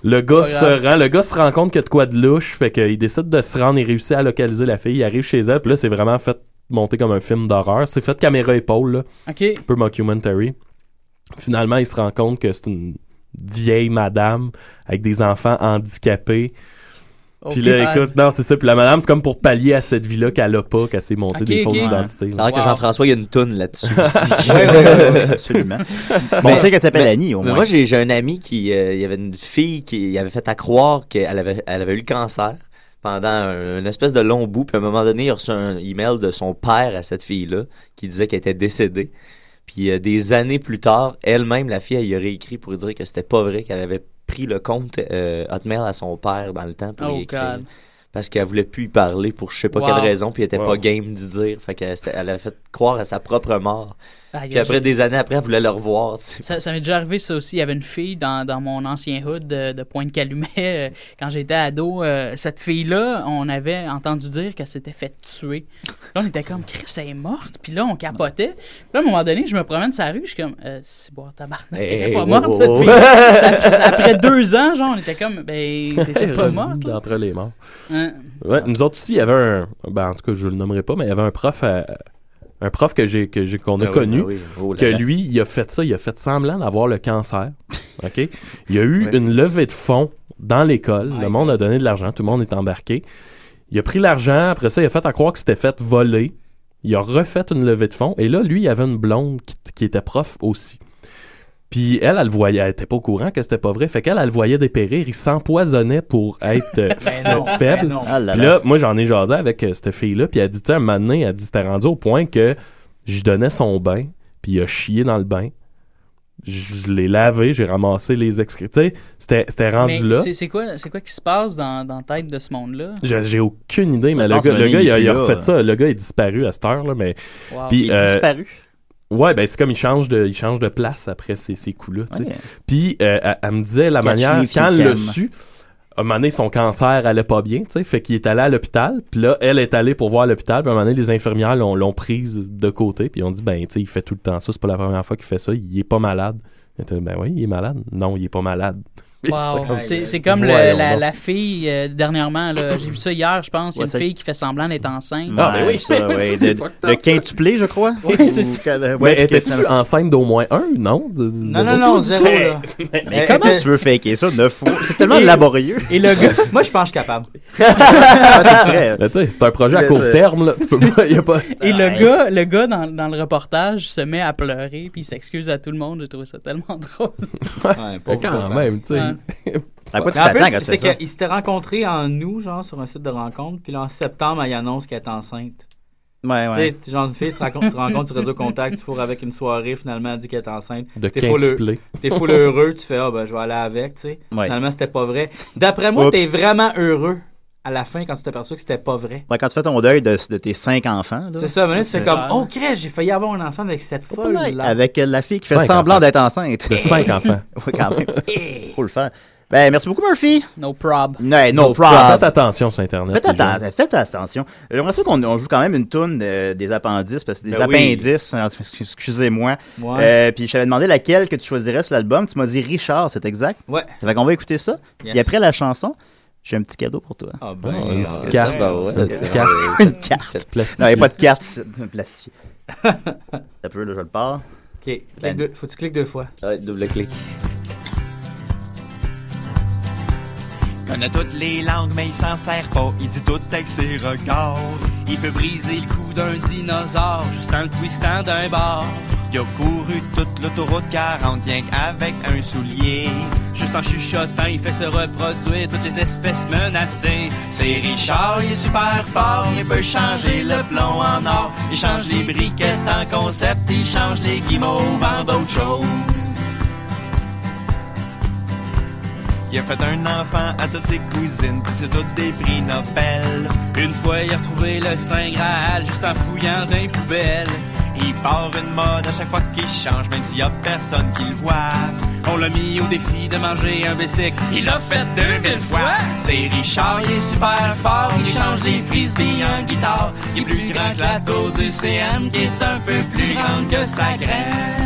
Le gars,
Pas grave.
se rend, le gars se rend compte qu'il y a de quoi de louche, fait qu'il décide de se rendre et réussit à localiser la fille. Il arrive chez elle, puis là, c'est vraiment fait monter comme un film d'horreur. C'est fait caméra épaule, là.
OK.
Un peu mockumentary. Finalement, il se rend compte que c'est une vieille madame avec des enfants handicapés.
Oh,
Puis là,
God.
écoute, non, c'est ça. Puis la madame, c'est comme pour pallier à cette vie-là qu'elle a pas, qu'elle s'est montée
Ok, ok.
des fausses
Ouais.
identités. là.
Alors que Jean-François, il y a une toune là-dessus aussi.
Ouais, ouais, ouais, ouais, absolument. Bon, on sait qu'elle s'appelle
mais-
Annie, au
mais
moins.
Moi, j'ai j'ai un ami qui. euh, Il y avait une fille qui il avait fait à croire qu'elle avait, elle avait eu le cancer pendant un- une espèce de long bout. Puis à un moment donné, il a reçu un email de son père à cette fille-là qui disait qu'elle était décédée. Puis euh, des années plus tard, elle-même, la fille, elle y a réécrit pour dire que c'était pas vrai, qu'elle avait pris le compte euh, Hotmail à son père dans le temps pour
Oh,
y écrire.
God.
Parce qu'elle voulait plus y parler pour je sais pas
Wow.
quelle raison, puis elle était
Wow.
pas game d'y dire. Fait qu'elle c'était- elle avait fait croire à sa propre mort.
Aïe,
Puis après,
j'ai-
des années après, elle voulait le revoir. tu sais.
Ça, ça m'est déjà arrivé, ça aussi. Il y avait une fille dans, dans mon ancien hood de, de Pointe-Calumet euh, quand j'étais ado. euh, cette fille-là, on avait entendu dire qu'elle s'était fait tuer. Là, on était comme, Chris, elle est morte. Puis là, on capotait. Puis là, à un moment donné, je me promène sur la rue. Je suis comme, Euh, c'est bon, tabarnak,
Hey,
t'étais
hey,
pas
wow,
morte,
oh,
wow,
cette
wow.
fille. Ça- ça- après deux ans, genre, on était comme, ben, t'étais pas morte.
Revenue D'entre les morts.
Hein.
Ouais, nous autres aussi, il y avait un. Ben, en tout cas, je le nommerai pas, mais il y avait un prof à- Un prof que j'ai que j'ai qu'on a
Ah oui,
connu,
ah oui. Oh là
que
là.
lui, il a fait ça, il a fait semblant d'avoir le cancer. OK? Il y a eu une levée de fonds dans l'école. Le monde a donné de l'argent, tout le monde est embarqué. Il a pris l'argent, après ça, il a fait à croire que c'était fait voler. Il a refait une levée de fonds. Et là, lui, il y avait une blonde qui, qui était prof aussi. Puis elle, elle le voyait, elle était pas au courant que c'était pas vrai. Fait qu'elle, elle le voyait dépérir. Il s'empoisonnait pour être euh, fa-
non, ben
faible.
non.
Ah là
Puis
là.
là, moi, j'en ai jasé avec euh, cette fille-là. Puis elle dit, tiens, un moment donné, elle dit, c'était rendu au point que je donnais son bain. Puis il a chié dans le bain. Je l'ai lavé, j'ai ramassé les excréments. Tu sais, c'était- c'était rendu
Mais
là.
c'est- C'est quoi, c'est quoi qui se passe dans, dans la tête de ce monde-là?
Je- J'ai aucune idée, mais
Je
le
pense
gars,
que
le
lui,
gars,
il
il a,
est
il a
plus là.
refait ça. Le gars est disparu à cette heure, là, mais.
Wow.
puis,
Il est
euh,
disparu.
Ouais, ben c'est comme il change de, il change de place après ces, ces coups-là. tu sais.
Ouais.
Puis euh, elle, elle me disait la
Catch
manière
me if
quand
you
elle l'a
can.
su, à un moment donné son cancer allait pas bien, tu sais, fait qu'il est allé à l'hôpital. Puis là, elle est allée pour voir à l'hôpital. Puis à un moment donné, les infirmières l'ont, l'ont prise de côté. Puis ils ont dit ben tu sais, il fait tout le temps ça. C'est pas la première fois qu'il fait ça. Il est pas malade. Elle était, ben oui, il est malade. Non, il est pas malade.
Wow.
C'était comme-
C'est c'est comme le-
Voyons
la,
donc.
la fille euh, dernièrement, là, j'ai vu ça hier, je pense. Il y a
Ouais,
une
ça-
fille qui fait semblant d'être enceinte.
Ah,
Ouais,
ben
ça, ouais.
c'est
De-
fucked
Le
up.
quintuplé, je crois.
Ouais, c'est
Ou- euh, Ouais,
ça.
Mais
puis
étais-tu
qu'elle-
enceinte d'au moins un, non? Non,
non, non, zéro, là.
Mais
Elle
comment
était-
tu veux faker ça neuf fois? C'est tellement
Et-
laborieux.
Et le gars, moi, je pense que je suis capable.
Ah, c'est vrai.
Mais tu sais, c'est un projet à
Mais
court
c'est-
terme, là. Tu peux pas- y a pas...
Et le gars, le gars dans, dans le reportage se met à pleurer puis il s'excuse à tout le monde. J'ai trouvé ça tellement drôle.
Ouais,
Mais
pauvre
quand
papa.
même, tu sais.
À quoi tu
Mais en plus,
t'attends quand tu
C'est
fais ça?
qu'ils s'étaient rencontrés en août, genre, sur un site de rencontre, puis là, en septembre, elle annonce qu'elle est enceinte.
Ouais,
Tu
ouais.
sais, genre, une fille, se rencontre- tu rencontres sur réseau contact, tu fourres avec une soirée, finalement, elle dit qu'elle est enceinte.
De
T'es full
quintuplé.
heureux- T'es full heureux, tu fais, ah, ben, je vais aller avec, tu sais.
Ouais.
Finalement, c'était pas vrai. D'après moi,
Oups.
t'es vraiment heureux à la fin quand tu t'es aperçu que c'était pas vrai.
Ouais, quand tu fais ton deuil de, de tes cinq enfants. Ah, là, Euh,
C'est ça, mais là, tu fais
c'est-
comme, oh, crèche, j'ai failli avoir un enfant avec cette folle là.
Avec euh, la fille qui fait
Cinq
semblant
enfants.
d'être enceinte.
De cinq enfants.
oui, quand même.
Eh.
Faut le faire. Ben, merci beaucoup, Murphy.
No prob.
No, no, problem.
Faites attention sur Internet.
Faites,
les gens.
atten- faites attention. Euh, J'aimerais ça qu'on on joue quand même une toune euh, des appendices, parce que des
Ben oui.
appendices, euh, excusez-moi.
Ouais.
Euh, puis je t'avais demandé laquelle que tu choisirais sur l'album. Tu m'as dit Richard, c'est exact.
Ouais.
Ça fait qu'on va écouter ça.
Yes.
Puis après la chanson, j'ai un petit cadeau pour toi.
Ah,
Oh,
ben.
une
ah,
petite
ben,
carte.
ben, ouais.
Une petite carte.
Une carte.
Plastique.
Non, il n'y a pas de carte. c'est un Plastique. Ça peut, là, je le pars. Ben,
Ok, clique deux- faut que tu cliques deux fois.
Ouais, double clic.
Quand
connaît toutes les langues, mais il s'en sert pas. Il dit tout avec ses regards. Il peut briser le cou d'un dinosaure, juste en le twistant d'un bord. Il a couru toute l'autoroute 40, rien qu'avec un soulier. Juste en chuchotant, il fait se reproduire toutes les espèces menacées. C'est Richard, il est super fort, il peut changer le plomb en or. Il change les briquettes en concept, il change les guimauves en d'autres choses. Il a fait un enfant à toutes ses cousines, puis c'est toutes des prix Nobel. Une fois, il a retrouvé le Saint Graal juste en fouillant dans les poubelles. Il part une mode à chaque fois qu'il change, même s'il y a personne qui le voit. On l'a mis au défi de manger un bicycle, il l'a fait 2000 fois. C'est Richard, il est super fort, il change les frisbees en guitare. Il est plus grand que la tour du CN, qui est un peu plus grande que sa graine.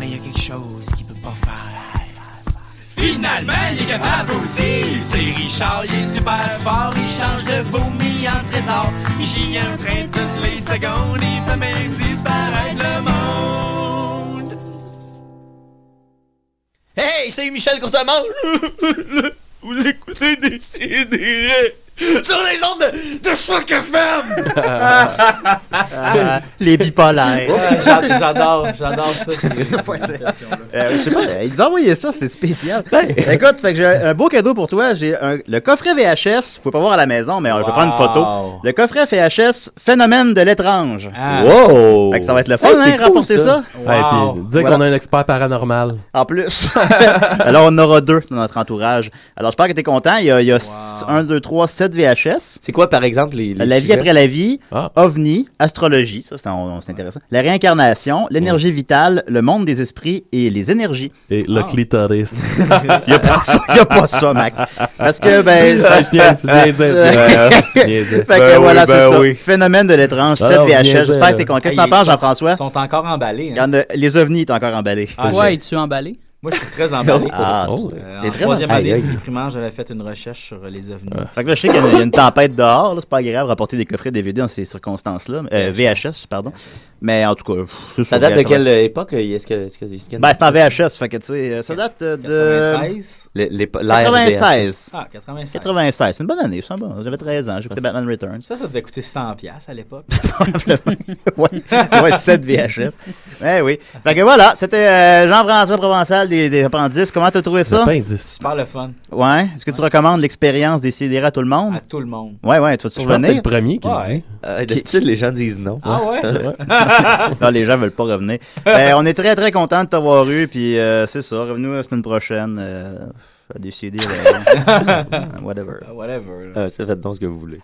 Mais il y a quelque chose qu'il peut pas faire. Finalement, il est capable aussi. C'est Richard, il est super fort. Il change de vomi en trésor. Il chie un train toutes les secondes. Il peut même disparaître le monde.
Hey, c'est Michel Courtemanche! Vous écoutez des sidérés sur les ondes de, de Choc FM!
Ah, les bipolaires.
J'a- J'adore, j'adore ça.
Euh, je sais pas, euh, ils ont envoyé ça, c'est spécial. Écoute, fait que j'ai un beau cadeau pour toi. J'ai un- le coffret VHS. Vous pouvez pas voir à la maison, mais euh, je vais prendre une
Wow.
photo. Le coffret VHS, phénomène de l'étrange.
Ah.
Fait que ça va être le fun,
Hey,
hein,
c'est cool,
rapporter ça.
Ouais, puis dire qu'on a un expert paranormal.
En plus. Alors, on aura deux dans notre entourage. Alors, j'espère que tu es content. Il y a, il y a s- un, deux, trois, sept VHS.
C'est quoi, par exemple, les.
la vie
sujets?
après la vie,
Ah.
OVNI, astrologie, ça, c'est on- c'est intéressant. La réincarnation, l'énergie vitale, le monde des esprits et les énergies.
Et le
Ah.
clitoris.
Il n'y a, pas ça- il y a pas ça, Max. Parce que, ben.
Je niaise, je niaise, je niaise.
fait que
Ben oui,
voilà,
ben
c'est
oui.
ça. Phénomène de l'étrange,
Ah,
7
on
VHS.
niaisait,
J'espère
là.
que t'es content. Qu'est-ce que
Ah,
t'en
ils
penses,
sont-
Jean-François?
sont encore emballés. hein. Ah,
Il y en a- les ovnis, t'es encore emballé.
Toi, es-tu emballé?
Moi, je suis très emballé.
Ah,
Euh,
c'est-
en
t'es très
troisième
emballé.
année
Aïe,
du
aïe.
primaire, j'avais fait une recherche sur euh, les ovnis.
Fait que là, je sais qu'il y, a- il y a une tempête dehors, là, c'est pas agréable de rapporter des coffrets DVD dans ces circonstances-là. Euh, VHS, pardon. Mais en tout cas, pff, c'est
Ça
sur
date de
VHS.
quelle époque euh, est-ce que. Est-ce que, est-ce que-
Ben, c'est en VHS, fait que tu sais, euh, ça date euh, de.
93?
Le- l'épo- l'ère de VHS.
96.
Ah, 96.
96. C'est une bonne année, c'est un bon. J'avais 13 ans, j'écoutais Batman Returns.
Ça, ça devait coûter 100$ piastres à l'époque.
ouais, ouais, 7 VHS. Eh oui. Fait que voilà, c'était euh, Jean-François Provençal des, des Appendices. Comment t'as trouvé ça?
Super le fun.
Ouais. Est-ce que tu recommandes l'expérience des CDR à tout le monde? À
tout le monde.
Ouais, ouais. Tu vas-tu
Je pense que
revenir?
c'est le premier qui le Ouais. dit.
Euh, D'habitude, les gens disent non.
Ah ouais?
non, les gens veulent pas revenir. Ben, on est très, très contents de t'avoir eu. Puis euh, c'est ça. Revenez la semaine prochaine. Euh, à des CDR. euh, whatever.
Whatever. là.
Euh, ça, faites Euh, donc ce que vous voulez.